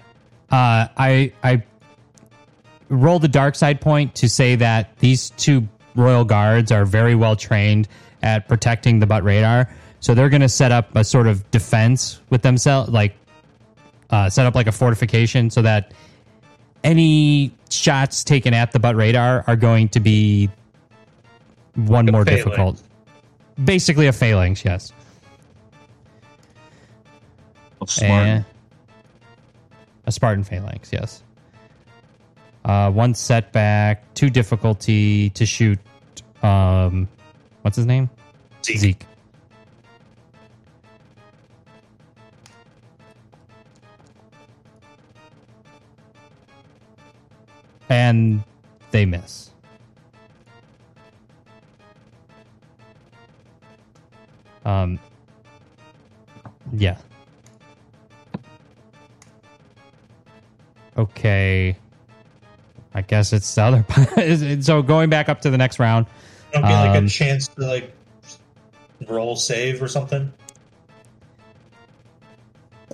I I roll the dark side point to say that these two royal guards are very well trained at protecting the butt radar. So they're going to set up a sort of defense with themselves, like uh, set up like a fortification, so that any shots taken at the butt radar are going to be one A more phalanx. difficult. Basically, a phalanx, yes. That's Smart. Eh. a Spartan phalanx, yes. Uh, one setback, two difficulty to shoot um, what's his name? Zeke. Zeke. And they miss. Um, yeah. Okay. I guess it's the other. is- so going back up to the next round. It'll be like Um, a chance to like roll save or something.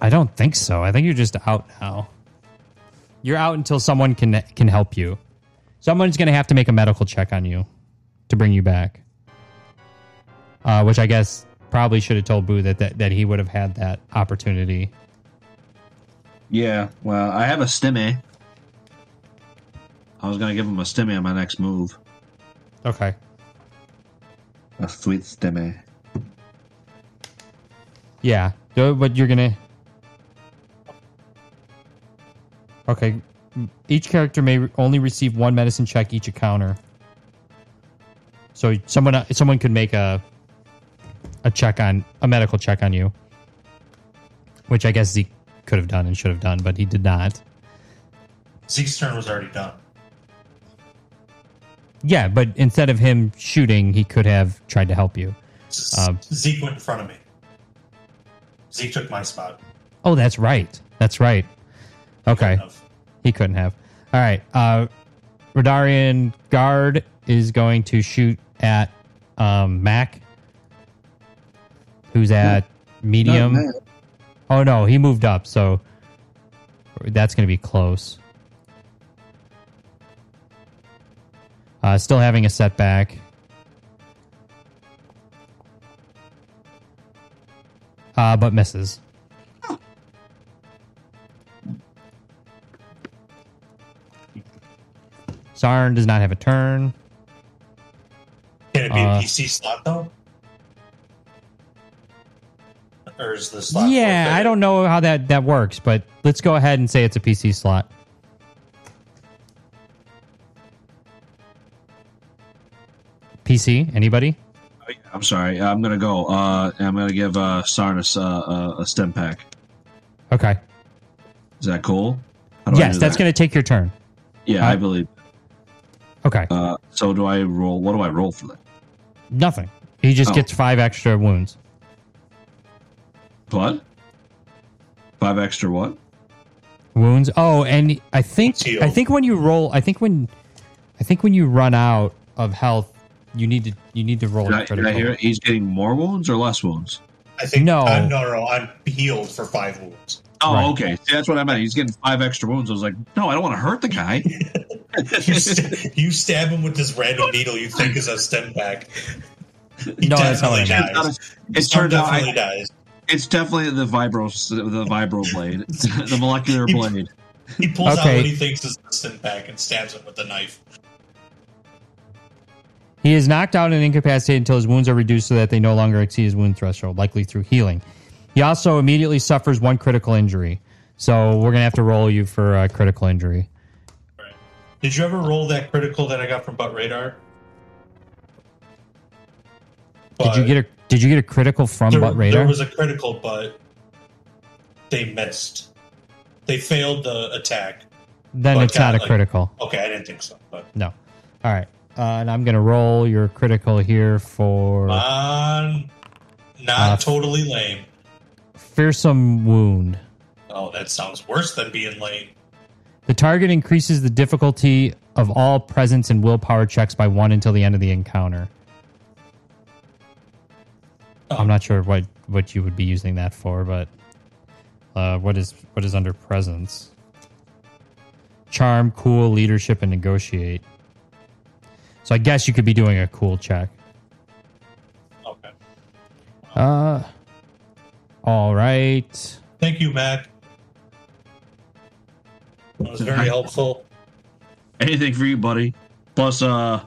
I don't think so. I think you're just out now. You're out until someone can can help you. Someone's going to have to make a medical check on you to bring you back. Uh, which I guess probably should have told Boo that that, that he would have had that opportunity. Yeah, well, I have a stimmy. I was gonna give him a stimmy on my next move. Okay. A sweet stimmy. Yeah. Uh, But you're going to Okay. Each character may re- only receive one medicine check each encounter. So someone uh, someone could make a a check on a medical check on you, which I guess Zeke could have done and should have done, but he did not. Zeke's turn was already done. Yeah, but instead of him shooting, he could have tried to help you. Z- Um, Zeke went in front of me. Zeke took my spot. Oh, that's right. That's right. Okay. He couldn't have. All right. Uh, Radarian guard is going to shoot at um, Mac, who's at medium. Not Oh no, he moved up, so that's going to be close. Uh, still having a setback. Uh, but misses. Sarn does not have a turn. Can it be Uh, a PC slot though? Or is the slot? yeah, I don't know how that, that works, but let's go ahead and say it's a PC slot. PC, anybody? bad. I'm sorry. I'm gonna go. Uh, I'm gonna give uh, Sarnas uh, uh, a stem pack. Okay. Is that cool? How do I Yes, do that's Uh, that? going to take your turn. Yeah, I believe. Okay. Uh, so do I roll? What do I roll for that? Nothing. He just Oh. gets five extra wounds. What? Five extra what? Wounds. Oh, and I think Heal. I think when you roll, I think when I think when you run out of health, you need to you need to roll. Did a I, did I critical. hear it? he's getting more wounds or less wounds? I think No. I'm, no, no, no, I'm healed for five wounds. Oh, Right. okay. See, that's what I meant. He's getting five extra wounds. I was like, no, I don't want to hurt the guy. You, st- you stab him with this random needle you think is a stem pack. He No, that's not what I definitely meant. dies. It Sarn turned out definitely I, dies. it's definitely the vibro the vibro blade, the molecular blade. He pulls out Okay. what he thinks is a stem pack and stabs him with a knife. He is knocked out and incapacitated until his wounds are reduced so that they no longer exceed his wound threshold, likely through healing. He also immediately suffers one critical injury. So we're going to have to roll you for a critical injury. Did you ever roll that critical that I got from Butt Radar? Did you get a did you get a critical from there, butt There radar? was a critical, but they missed. They failed the attack. then like it's not a that, like- critical. Okay, I didn't think so, but No. All right. Uh, and I'm going to roll your critical here for on not Uh, totally lame. fearsome wound. Oh, that sounds worse than being lame. The target increases the difficulty of all presence and willpower checks by one until the end of the encounter. Oh. I'm not sure what what you would be using that for, but uh, what is what is under presence? Charm, cool, leadership, and negotiate. So I guess you could be doing a cool check. Okay, Uh, all right. thank you, Mac. That was very helpful. Anything for you, buddy. Plus, uh,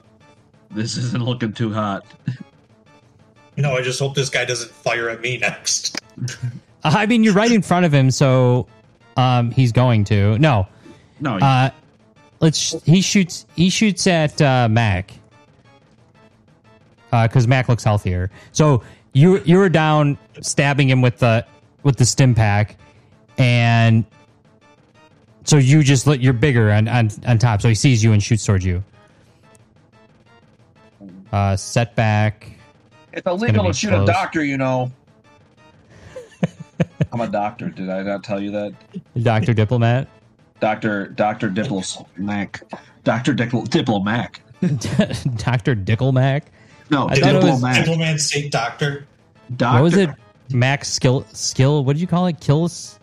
this isn't looking too hot. No, I just hope this guy doesn't fire at me next. I mean, you're right in front of him, so um, he's going to. No, No, Uh, let's. He shoots. He shoots at uh, Mac. because Mac looks healthier. So you you were down stabbing him with the with the stim pack, and so you just look you're bigger on on, on top. So he sees you and shoots towards you. Uh, setback. It's illegal be to shoot close. a doctor, you know. I'm a doctor. Did I not tell you that? Doctor Diplomat. Doctor, Doctor Dipples. Mac. Dr. Dipl- Diplomac. Doctor Dicklemac. No, I thought it was- Diplomac. Diplomat State Doctor. Doctor. What was it? Max skill skill. What did you call it? Kills.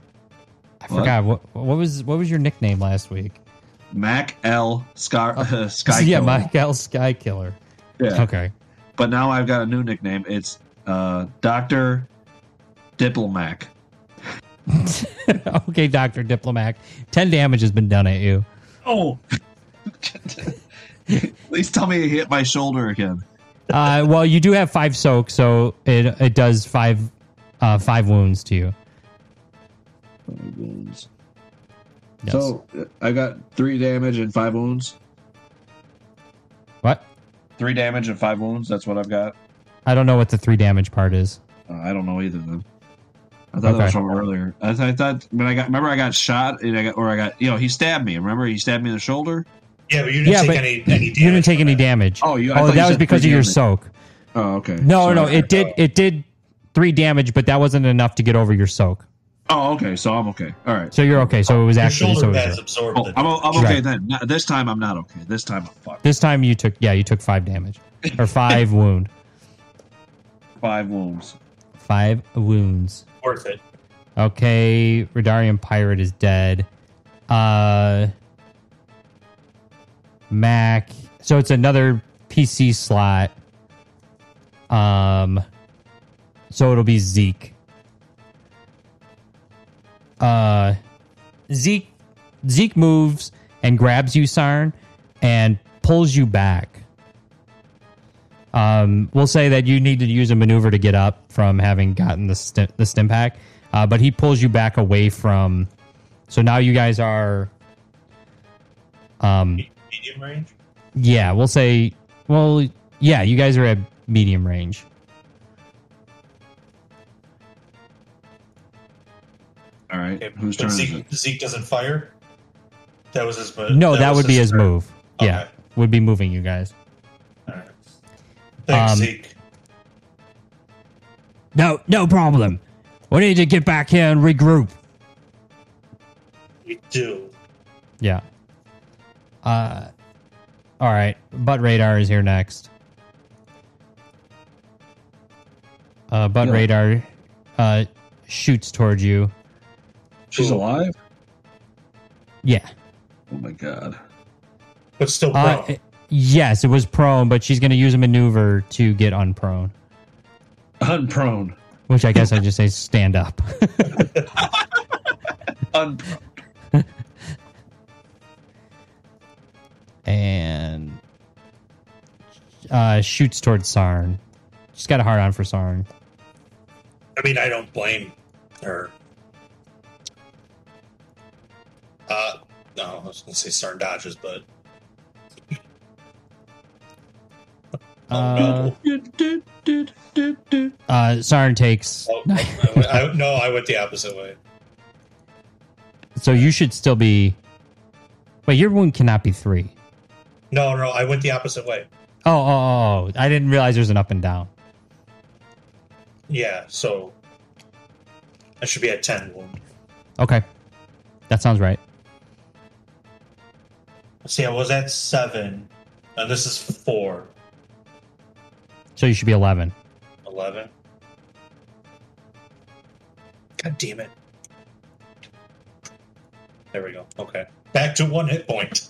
I What? forgot what what was what was your nickname last week? Mac L. Scar, uh, Sky yeah, Killer. Michael Sky Killer. Yeah. Okay. But now I've got a new nickname. It's uh, Dr. Diplomac. okay, Doctor Diplomac. Ten damage has been done at you. Oh! Please tell me it hit my shoulder again. Uh, well, you do have five soak, so it it does five uh, five wounds to you. Yes. So uh, I got three damage and five wounds. what? Three damage and five wounds. That's what I've got. I don't know what the three damage part is. Uh, I don't know either of them. I thought that Okay. was from earlier. I, th- I thought when I got remember I got shot and I got or I got you know he stabbed me. Remember he stabbed me in the shoulder. Yeah, but you didn't Yeah, take but any, any damage. You didn't take from any that. damage. Oh, you- I oh thought you that was said because of three your damage. soak. Oh okay. No, Sorry. no, it did it did three damage, but that wasn't enough to get over your soak. Oh okay. So I'm okay. All right. So you're okay. So it was Your actually so shoulder it was pads zero. absorbed Oh, it. I'm, o- I'm okay Right. then. No, this time I'm not okay. This time I'm fucked. this time you took yeah you took five damage or five wound Five wounds. five wounds. Worth it. Okay, Radarian pirate is dead. Uh, Mac. So it's another PC slot. Um, so it'll be Zeke. Uh, Zeke. Zeke moves and grabs you, Sarn, and pulls you back. Um, we'll say that you need to use a maneuver to get up from having gotten the stim, the stim pack, uh, but he pulls you back away from. So now you guys are, um, Medium range. yeah, we'll say, well, yeah, you guys are at medium range. All right. Okay, Whose but turn is Zeke, it? Zeke doesn't fire. Uh, That was his move. No, that, would be his turn. move. Okay. Yeah, would be moving you guys. All right. Thanks, Um, Zeke. No, no problem. We need to get back here and regroup. We do. Yeah. Uh, all right. Butt radar is here next. Uh, butt Yeah. radar uh, shoots towards you. She's Cool. alive. Yeah. Oh my god. But still, bro. Uh, yes, it was prone, but she's going to use a maneuver to get unprone, Unprone. which I guess I just say stand up. Unprone. and uh, shoots towards Sarn. She's got a hard on for Sarn. I mean, I don't blame her. Uh, no, I was going to say Sarn dodges, but Uh, Oh, Did- did- did- did- did. uh, Sarn takes. oh, I went- I, no, I went the opposite way. So you should still be. Wait, your wound cannot be three. No, no, I went the opposite way. Oh, oh, oh, oh. I didn't realize there's an up and down. Yeah, so I should be at ten wound. Okay. That sounds right. See, I was at seven, and this is four. So you should be 11. 11. God damn it. There we go. Okay. Back to one hit point.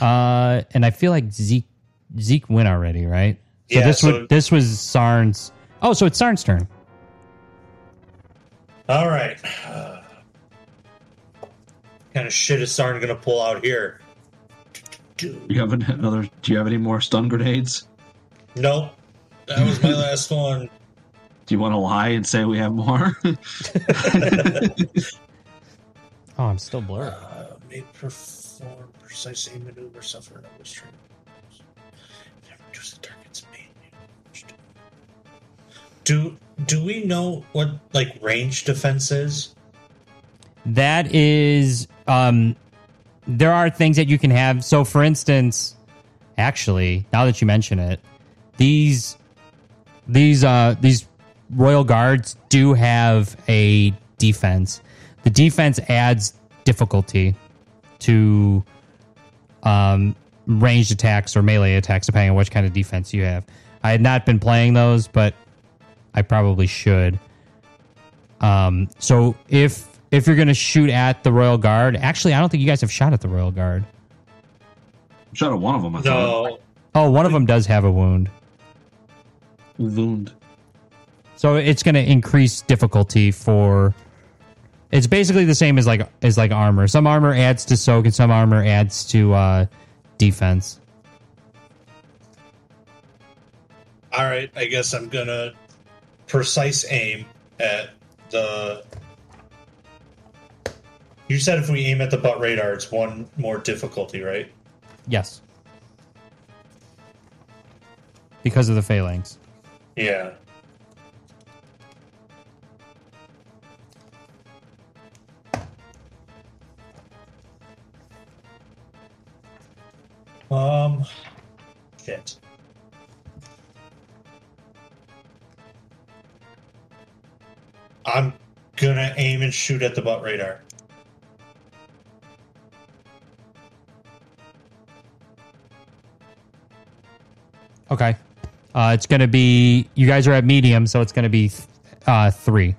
Uh, and I feel like Zeke Zeke went already, right? So Yeah, this so- would this was Sarn's. Oh, so it's Sarn's turn. All right. kind of shit is Sarn going to pull out here? You have an- another? Do you have any more stun grenades? Nope. That was my last one. Do you want to lie and say we have more? Oh, I'm still blurred. Uh, may perform precise aim maneuver, suffer no restraint. Never reduce the target's pain. Do do we know what like range defense is? That is, um, there are things that you can have. So, for instance, actually, now that you mention it, these these uh these royal guards do have a defense. The defense adds difficulty to um ranged attacks or melee attacks, depending on which kind of defense you have. I had not been playing those, but I probably should. Um, so if if you're gonna shoot at the royal guard, actually, I don't think you guys have shot at the royal guard. Shot at one of them. I thought. No, Oh, one of them does have a wound, Wound. so it's gonna increase difficulty for. It's basically the same as like as like armor. Some armor adds to soak, and some armor adds to uh, defense. all right. I guess I'm gonna precise aim at the. You said if we aim at the butt radar, it's one more difficulty, right? Yes, because of the phalanx. Yeah. Um, shit. I'm gonna aim and shoot at the butt radar. Okay. Uh, it's going to be, you guys are at medium, so it's going to be th- uh, three.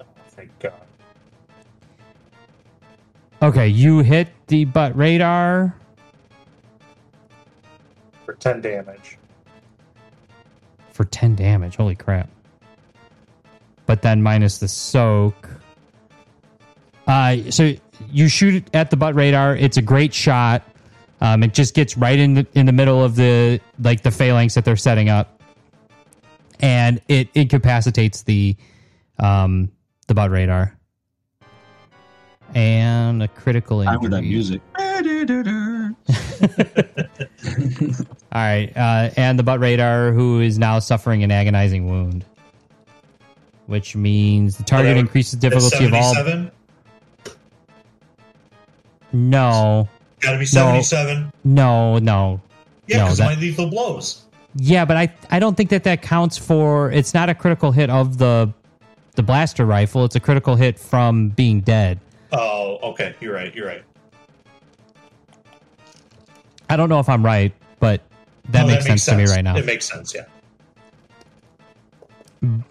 Oh, thank God. Okay, you hit the butt radar. For 10 damage. for 10 damage. Holy crap. But then minus the soak. Uh, so you shoot it at the butt radar. It's a great shot. Um, it just gets right in the, in the middle of the like the phalanx that they're setting up, and it incapacitates the um, the butt radar. And a critical injury. I heard that music. All All right, uh, and the butt radar, who is now suffering an agonizing wound, which means the target Hello. increases That's difficulty of all. 77? No, Gotta be 77. no, no. Yeah, No, because that- my lethal blows. Yeah, but I I don't think that that counts for. It's not a critical hit of the the blaster rifle. It's a critical hit from being dead. Oh, okay. You're right. You're right. I don't know if I'm right, but that No, makes sense, to me right now. It Oh, makes sense. Yeah.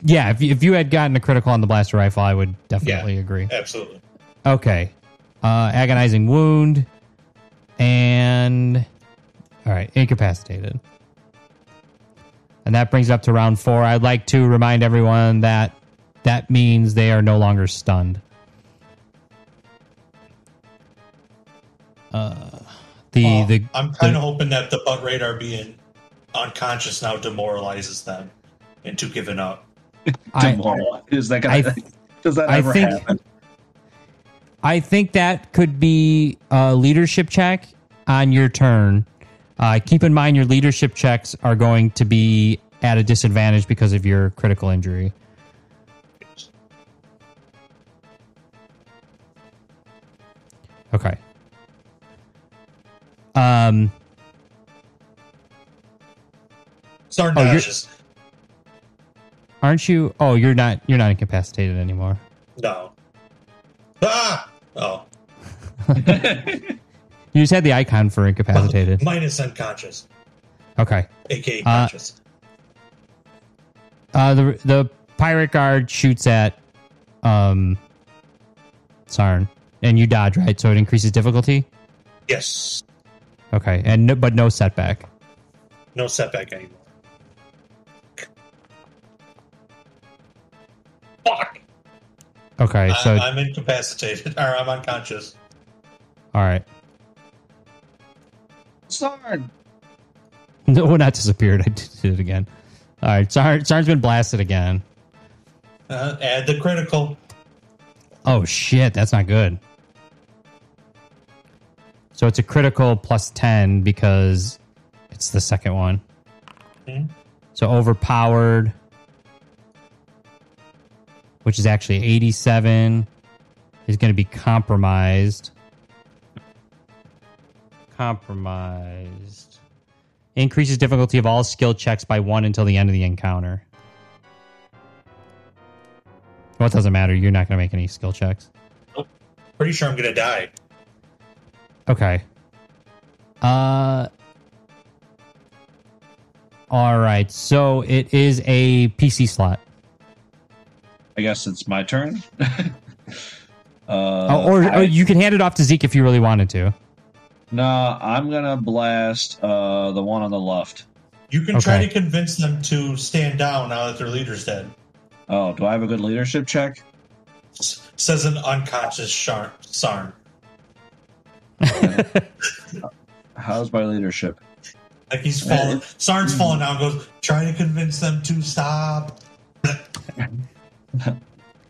yeah, if you, if you had gotten a critical on the blaster rifle, I would definitely agree. Absolutely. Okay. Uh, agonizing wound and all right, incapacitated. And that brings it up to round four. I'd like to remind everyone that that means they are no longer stunned. Uh, the Well, the I'm kind of hoping that the butt radar being unconscious now demoralizes them into giving up. I- Tomorrow. Is that I gonna, does that I ever think- happen? I think that could be a leadership check on your turn. Uh, keep in mind your leadership checks are going to be at a disadvantage because of your critical injury. Okay. Um, Starting Oh, to you're- just aren't you? Oh, you're not. You're not incapacitated anymore. no. Ah, oh, You just had the icon for incapacitated. minus unconscious, Okay. aka Uh, conscious. Uh, the the pirate guard shoots at um Sarn, and you dodge right, so it increases difficulty. Yes, Okay, and no, but no setback. no setback anymore. Fuck. Okay, so I, I'm incapacitated, or I'm unconscious. all right, Sarn! no, well, not disappeared. I did it again. All right, Sarn, Sarn's been blasted again. Uh, add the critical. Oh shit, that's not good. So it's a critical plus ten because it's That's the second one. Mhm. So overpowered, which is actually 87, is going to be compromised. Compromised. Increases difficulty of all skill checks by one until the end of the encounter. Well, it doesn't matter. You're not going to make any skill checks. Pretty sure I'm gonna die. Okay. Uh All right. So it is a PC slot. I guess it's my turn. uh, Oh, or, I- or you can hand it off to Zeke if you really wanted to. nah, I'm gonna blast uh, the one on the left. You can try Okay. to convince them to stand down now that their leader's dead. Oh, do I have a good leadership check? S- says an unconscious Shar- Sarn. How's my leadership? Like he's fallen. Mm. Sarn's fallen down. Goes try to convince them to stop.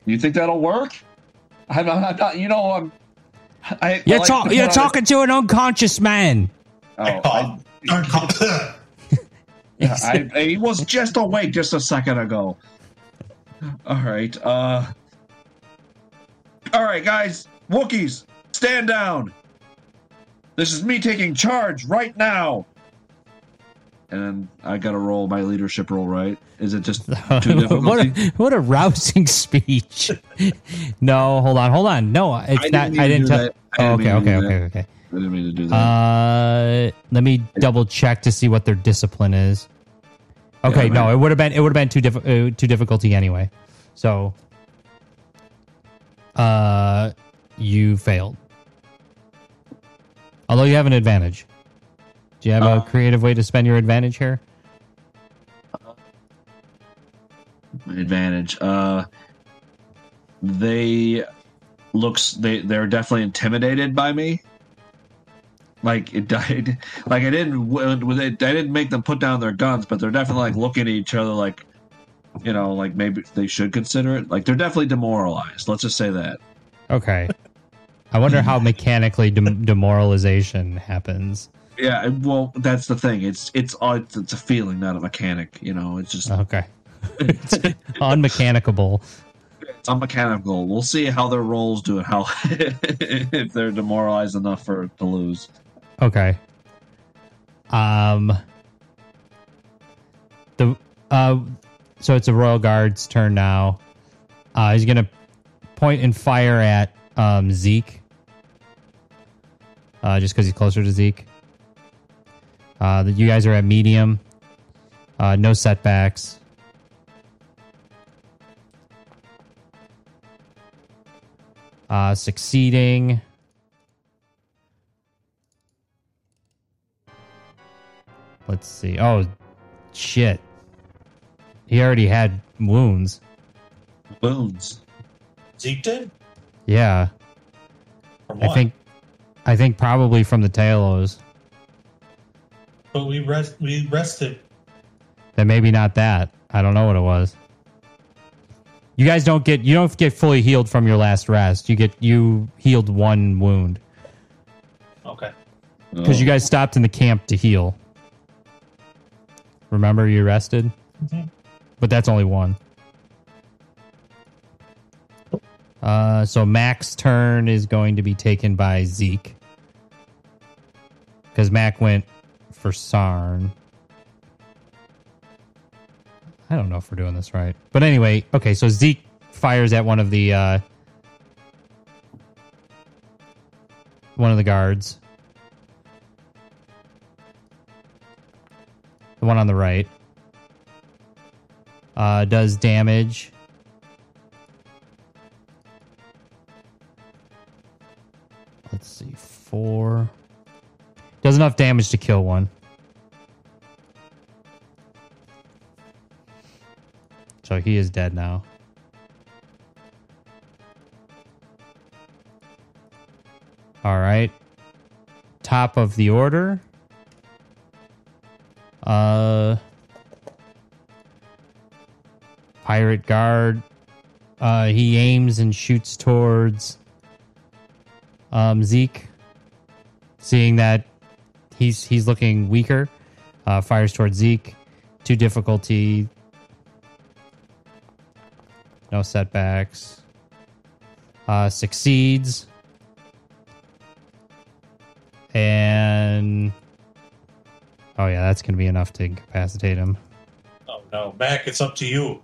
You think that'll work? I'm, I'm, I'm not. You know, I'm. I, You're, I like talk- to you're put oh, talking to an unconscious man. Oh, on I a- call. Sarn calls. Yeah, I, I- he was just awake just a second ago. All right. Uh. All right, guys. Wookiees, stand down. This is me taking charge right now. And I gotta roll my leadership roll, right? Is it just too what, difficult? a, what a rousing speech. no, hold on, hold on. No, it's didn't not. mean I to didn't do tell. that. I oh, didn't okay, mean to okay, do okay, okay. I didn't mean to do that. Uh, let me double check to see what their discipline is. Okay, Yeah, no, it would have been it would have been too diff- uh, too difficulty anyway. So, uh, you failed. Although you have an advantage. Do you have Uh. a creative way to spend your advantage here? advantage. Uh, they looks they they're definitely intimidated by me. Like it died. Like I didn't with it, I didn't make them put down their guns, but they're definitely like looking at each other like, you know, like maybe they should consider it. Like they're definitely demoralized. Let's just say that. Okay. I wonder how mechanically dem- demoralization happens. Yeah. it- Well, that's the thing. It's it's uh, it's, it's a feeling, not a mechanic. You know, it's just Okay. it's unmechanicable. it's unmechanical. We'll see how their roles do and how if they're demoralized enough for to lose. Okay. Um. The uh, so it's a royal guard's turn now. Uh, he's gonna point and fire at um Zeke. Uh, just because he's closer to Zeke. Uh, that you guys are at medium. Uh, no setbacks. Uh, succeeding. Let's see. Oh, shit. He already had wounds. Wounds. Zeke did. Yeah, From I what? think, I think probably from the Talos. But we rest. We rested. Then maybe not that. I don't know what it was. You guys don't get you don't get fully healed from your last rest. You get you healed one wound Okay. because you guys stopped in the camp to heal. Remember, you rested, Mhm. but that's only one. Uh, so Mac's turn is going to be taken by Zeke because Mac went for Sarn. I don't know if we're doing this right, but anyway, okay. So Zeke fires at one of the uh, one of the guards. The one on the right uh, does damage. Let's see, four. Does enough damage to kill one. So he is dead now. All right. Top of the order. Uh, pirate guard. Uh, he aims and shoots towards um, Zeke, seeing that he's he's looking weaker. Uh, fires towards Zeke. Two difficulty. No setbacks. Uh, succeeds. And. Oh, yeah, that's going to be enough to incapacitate him. Oh no, Mac, it's up to you.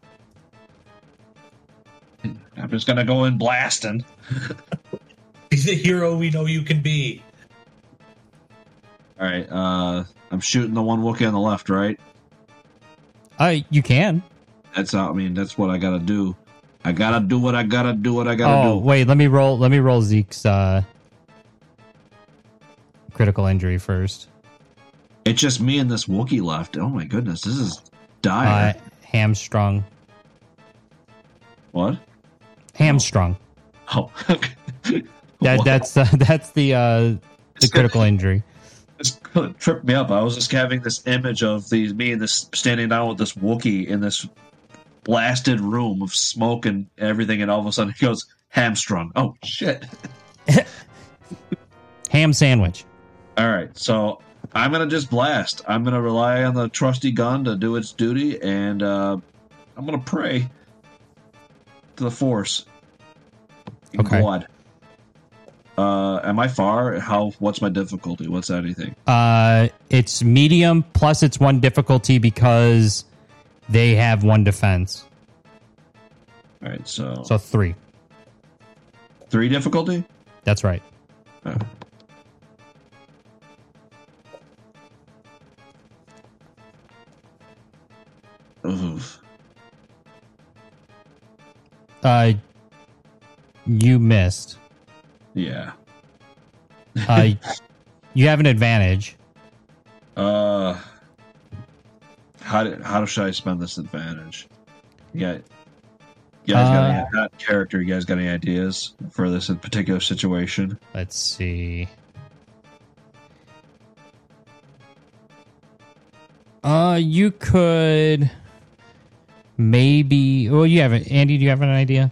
Oh. I'm just gonna go in blasting. Be the hero we know you can be. All right, uh, I'm shooting the one Wookiee on the left, right? Uh, you can. That's how, I mean, that's what I gotta do. I gotta do what I gotta do what I gotta oh, do. wait, let me roll. Let me roll Zeke's uh, critical injury first. It's just me and this Wookiee left. Oh my goodness, this is dire. Uh, hamstrung. what? Hamstrung. Oh, That Wow. that's uh, that's the uh, the It's critical injury. This kind of tripped me up. I was just having this image of these me and this standing down with this Wookiee in this blasted room of smoke and everything, and all of a sudden he goes hamstrung. Oh shit! Ham sandwich. All right, so I'm gonna just blast. I'm gonna rely on the trusty gun to do its duty, and uh, I'm gonna pray to the force. In Okay. God. Uh, am I far? How? What's my difficulty? What's anything? Uh, it's medium plus it's one difficulty because they have one defense, All right, so, so three. three difficulty. That's right. Oh. Oof. Uh, you missed. Yeah. Uh, you have an advantage. Uh, how did, how should I spend this advantage? Yeah. You guys got any, not character? You guys got any ideas for this particular situation? Let's see. Uh, you could maybe. Well, you have it, Andy. Do you have an idea?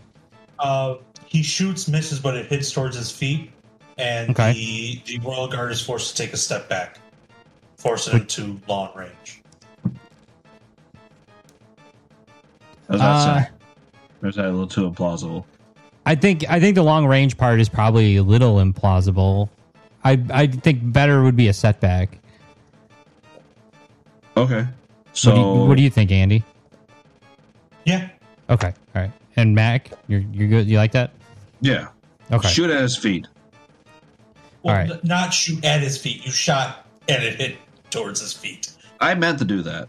Uh, he shoots, misses, but it hits towards his feet, and Okay. the the royal guard is forced to take a step back, forcing him to long range. Does that Uh, sound- or is that a little too implausible? I think I think the long range part is probably a little implausible. I I think better would be a setback. Okay. So So what do you, what do you think, Andy? Yeah, Okay, all right. And Mac, you're you're good. You like that? yeah, Okay. shoot at his feet. well, All right. n- not shoot at his feet. You shot, and it hit towards his feet. I meant to do that.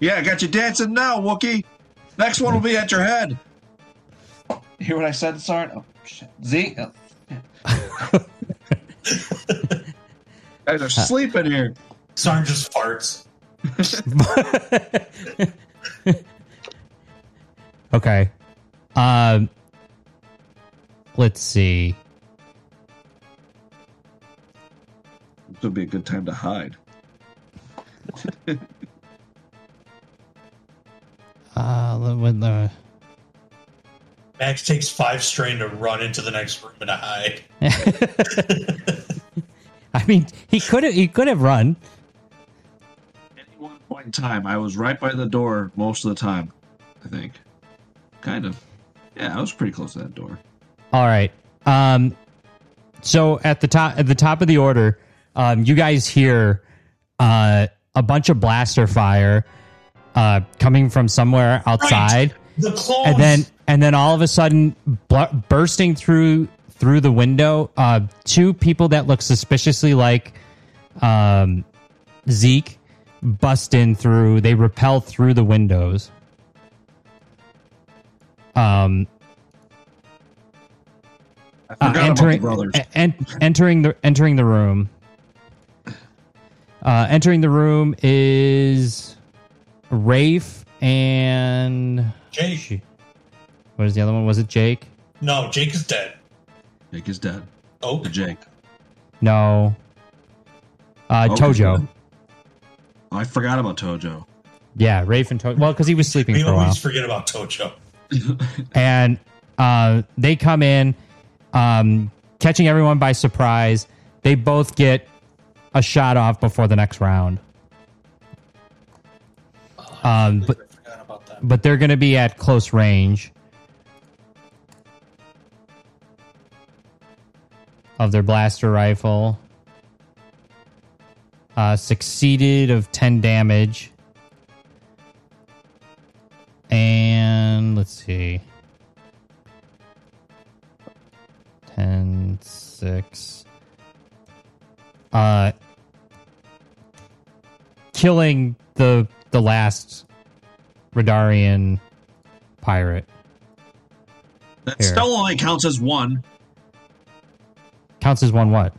yeah, I got you dancing now, Wookie. Next one will be at your head. Hear what I said, Sarn? Oh, shit. Oh, Zeke? Oh, shit. Guys are sleeping here. Sarn just farts. okay. Um. Let's see. This would be a good time to hide. Uh, let- let- uh, Max takes five strain to run into the next room and hide. I mean, he could have he could have run. At any one point in time, I was right by the door most of the time, I think. Kind of. Yeah, I was pretty close to that door. All right. Um, so at the top at the top of the order, um, you guys hear uh, a bunch of blaster fire uh, coming from somewhere outside, The clones. and then and then all of a sudden bl- bursting through through the window, uh, two people that look suspiciously like um, Zeke bust in through. They repel through the windows. Um, I uh, forgot entering about the brothers. en- en- entering the entering the room. Uh, entering the room is Rafe and Jake. what is the other one? Was it Jake? No, Jake is dead. Oh, Jake is dead. Oak. Jake. No. Uh, Oak is Tojo. dead. I forgot about Tojo. Yeah, Rafe and Tojo. Well, because he was sleeping We for a while. always forget about Tocho. and uh, they come in, um, catching everyone by surprise. They both get a shot off before the next round. Um, but I forgot about that. but they're going to be at close range of their blaster rifle. Uh, succeeded of 10 damage. And let's see 10, 6. Uh, killing the the last Radarian pirate. That Here. still only counts as one. Counts as one what?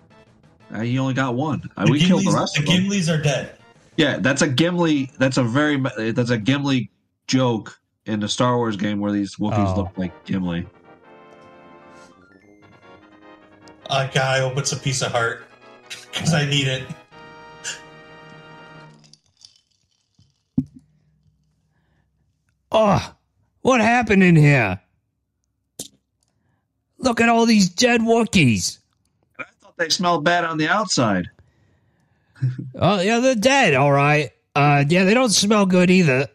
Uh, you only got one. Uh, The we killed the Gimlies- rest the of them. Gimlies are dead. Yeah, that's a Gimli. That's a very. That's a Gimli joke in the Star Wars game where these Wookiees Oh. look like Gimli. A guy opens a piece of heart because I need it. Oh, what happened in here? Look at all these dead Wookiees. And I thought they smelled bad on the outside. Oh, yeah, they're dead. All right. Uh, yeah, they don't smell good either.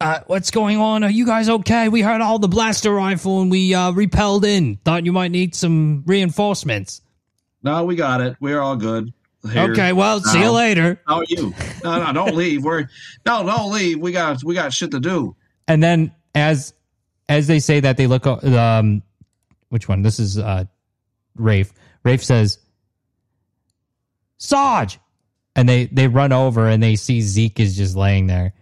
uh, what's going on? Are you guys okay? We heard all the blaster rifle and we uh, repelled in. Thought you might need some reinforcements. No, we got it. We're all good. Here. Okay, well, see you Ow. later. How are you? No, no, don't leave. We're no, don't leave. We got we got shit to do. and then as as they say that they look um which one this is uh rafe rafe says sarge and they they run over and they see zeke is just laying there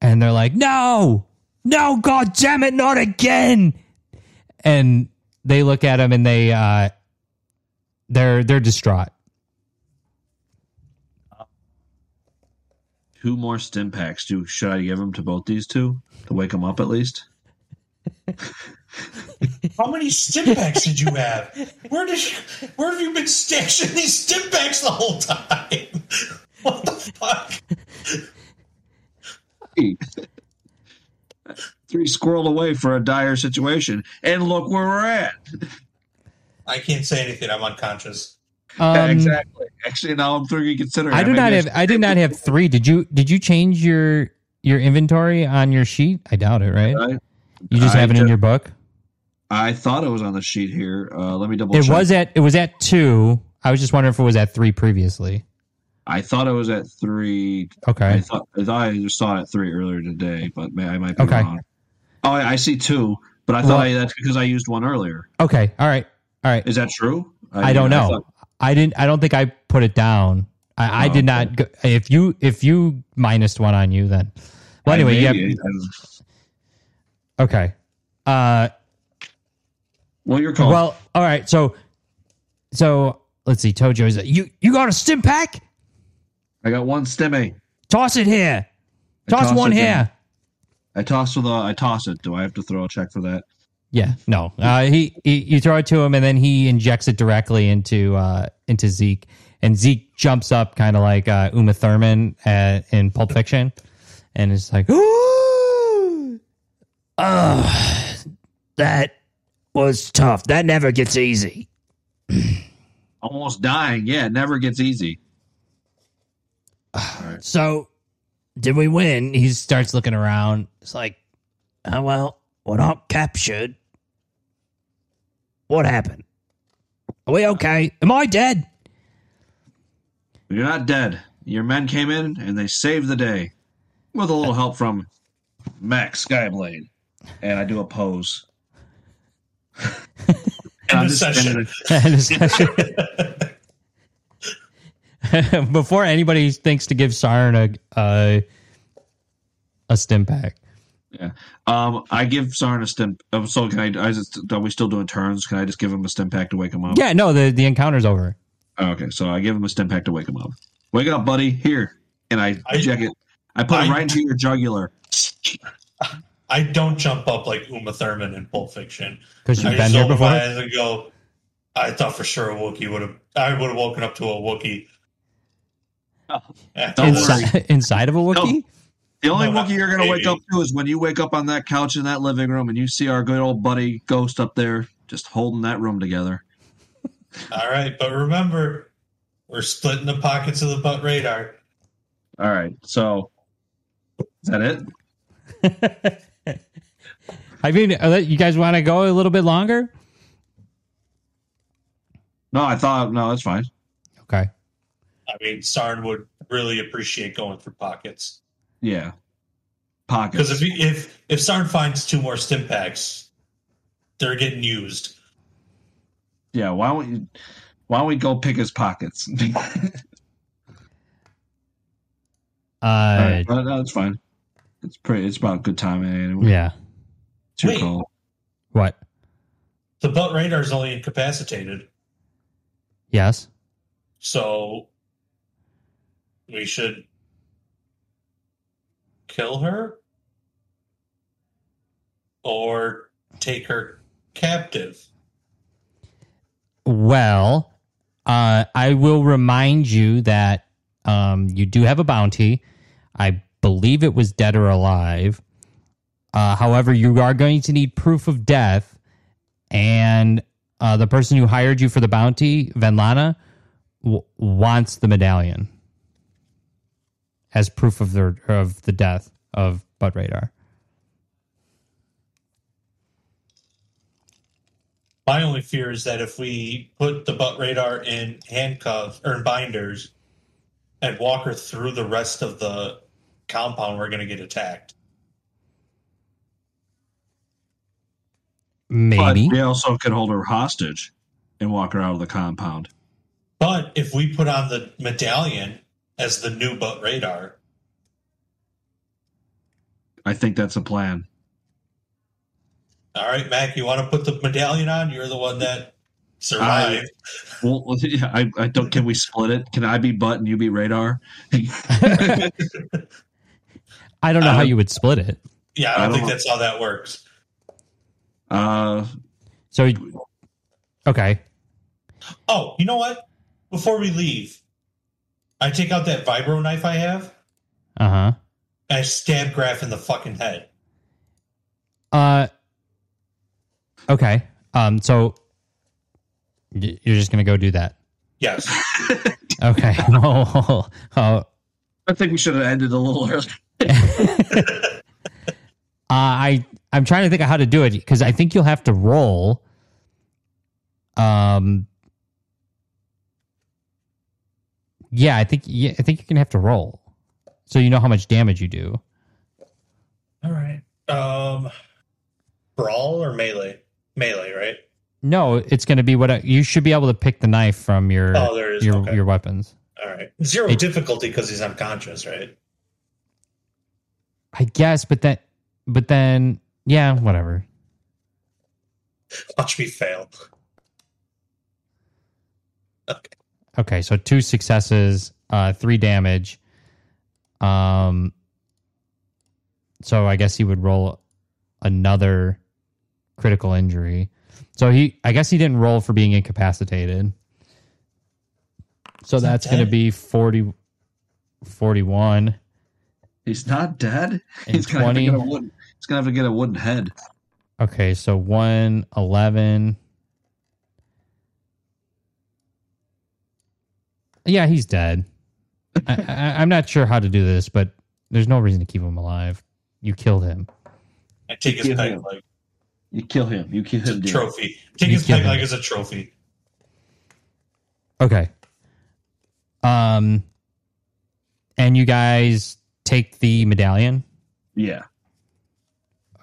and they're like no no god damn it not again and they look at him and they uh they're they're distraught Two more stim packs. Do should I give them to both these two to wake them up at least? How many stim packs did you have? Where did you, where have you been stashing these stim packs the whole time? What the fuck? Three squirreled away for a dire situation, and look where we're at. I can't say anything. I'm unconscious. Yeah, um, exactly. Actually, now I'm thinking, considering. I do maybe not have. should- I did not have three. Did you? Did you change your your inventory on your sheet? I doubt it. Right? I, You just I have it in ju- your book. I thought it was on the sheet here. Uh, let me double. It check. was at. It was at two. I was just wondering if it was at three previously. I thought it was at three. I Okay. thought I, thought I just saw it at three earlier today, but may, I might be Okay. wrong. Oh, I, I see two, but I thought Well- I, that's because I used one earlier. Okay. All right. All right. Is that true? I don't know. I, thought- didn't. I don't think I put it down. I, I Oh, did not. Go, if you if you minus one on you, then. Well, I anyway, maybe- yeah. I- Okay. Uh. Well, you're calling. Well, all right. So, so let's see. Tojo is you. You got a stim pack? I got one stimmy. Toss it here. I Toss, toss one it here. down. I toss with the. I toss it. Do I have to throw a check for that? Yeah, no. Uh, he, he you throw it to him, and then he injects it directly into uh, into Zeke, and Zeke jumps up, kind of like uh, Uma Thurman uh in Pulp Fiction, and it's like, "Ooh, Ugh, that was tough. That never gets easy." Almost dying. Yeah, it never gets easy. So, did we win? He starts looking around. It's like, oh well, we're not captured. What happened? Are we okay? Am I dead? But you're not dead. Your men came in and they saved the day with a little help from Max Skyblade. And I do a pose. End I'm of just session. spinning And it's- Before anybody thinks to give Siren a a, a stim pack, it. Um, I give Sarn a stim. Oh, so can I? I just, are we still doing turns? Can I just give him a stim pack to wake him up? yeah, no, the the encounter's over. Oh, okay, so I give him a stim pack to wake him up. Wake up, buddy. Here, and I, I- check it. I put it I- right into your jugular. I don't jump up like Uma Thurman in Pulp Fiction. Because you've I been just here open my before. eyes and go. I thought for sure a Wookiee would have. I would have woken up to a Wookiee. Oh, After don't this. worry. Inside, inside of a Wookiee? The only No, Wookiee you're going to wake maybe. up to is when you wake up on that couch in that living room and you see our good old buddy Ghost up there just holding that room together. All right, but remember, we're splitting the pockets of the butt radar. All right. So is that it? I mean, are that- you guys want to go a little bit longer? No, I thought no, that's fine. Okay. I mean, Sarn would really appreciate going through pockets Yeah. Pockets. because if he- if if Sarn finds two more stim packs, they're getting used. Yeah, why don't you why don't we go pick his pockets? Uh, All right, no, no, it's fine. It's pretty it's about good timing anyway. Yeah. It's your Wait. call. What? The butt radar is only incapacitated, Yes. so we should kill her or take her captive. Well, uh, I will remind you that um, you do have a bounty. I believe it was dead or alive. Uh, however, you are going to need proof of death, and uh, the person who hired you for the bounty, Venlana, w- wants the medallion as proof of their of the death of Butt Radar. My only fear is that if we put the butt radar in handcuffs or in binders and walk her through the rest of the compound, we're going to get attacked. But Maybe. we also could hold her hostage and walk her out of the compound. But if we put on the medallion as the new butt radar, I think that's a plan. all right, Mac, you want to put the medallion on? You're the one that survived. Well, yeah, I, I don't. Can we split it? Can I be butt and you be radar? I don't know I how don't- you would split it. yeah, I don't, I don't- think that's how that works. Uh, So, okay. Oh, you know what? Before we leave, I take out that vibro knife I have Uh huh. and I stab Graf in the fucking head. Uh, okay. Um, so y- you're just gonna go do that. Yes. Okay. oh, uh, I think we should have ended a little early. Uh, I I'm trying to think of how to do it because I think you'll have to roll. Um. Yeah, I think yeah, I think you're gonna have to roll, so you know how much damage you do. All right. Um, brawl or melee? Melee, right? No, it's gonna be what I, you should be able to pick the knife from your Oh, there it is. your okay. your weapons. All right. Zero It- difficulty because he's unconscious, right? I guess, but that, but then, yeah, whatever. Watch me fail. Okay, so two successes, uh, three damage. Um, so I guess he would roll another critical injury. So he, I guess he didn't roll for being incapacitated. So He's not that's going to dead. be 40, 41 He's not dead. and He's gonna, have to 20. get a wooden, he's gonna have to get a wooden head. Okay, so 1, 11. Yeah, he's dead. I, I, I'm not sure how to do this, but there's no reason to keep him alive. You killed him. I take his Kill peg him. leg. You kill him. You kill It's a him. dude. trophy. Take You his kill peg him. leg as a trophy. Okay. Um, and you guys take the medallion. Yeah.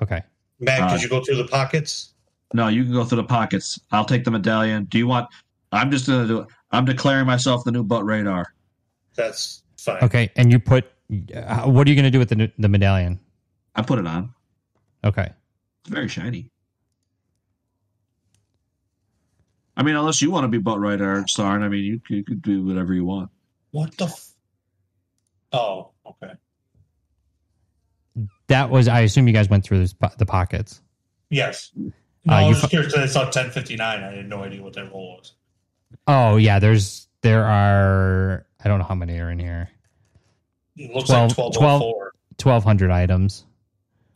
Okay. Mac, Uh, did you go through the pockets? No, you can go through the pockets. I'll take the medallion. Do you want? I'm just gonna do it. I'm declaring myself the new butt radar. That's fine. Okay, and you put. Uh, what are you going to do with the the medallion? I put it on. Okay. It's very shiny. I mean, unless you want to be butt radar, Sarn. I mean, you, c- you could do whatever you want. What the? F- oh, okay. That was. I assume you guys went through this, po- the pockets. Yes. No, Uh, you I was fu- just curious that I saw 1059. I had no idea what that roll was. Oh yeah, there's there are I don't know how many are in here. It looks like 12 1204. Twelve hundred items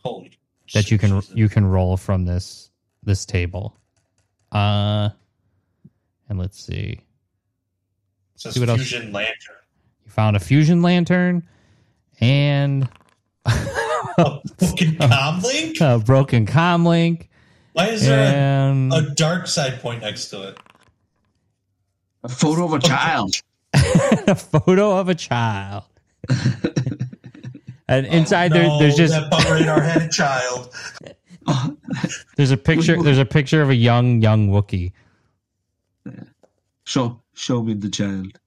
Holy. that you can Jesus. you can roll from this this table. Uh, and And let's see. It says See what else- fusion lantern. You found a fusion lantern and Oh. A fucking comlink? a broken comlink. Why is there And a, a dark side point next to it? A photo of a child. a photo of a child. and inside No, there, there's just Oh, that bummer in our head child. there's a picture there's a picture of a young young Wookiee. Show show me the child.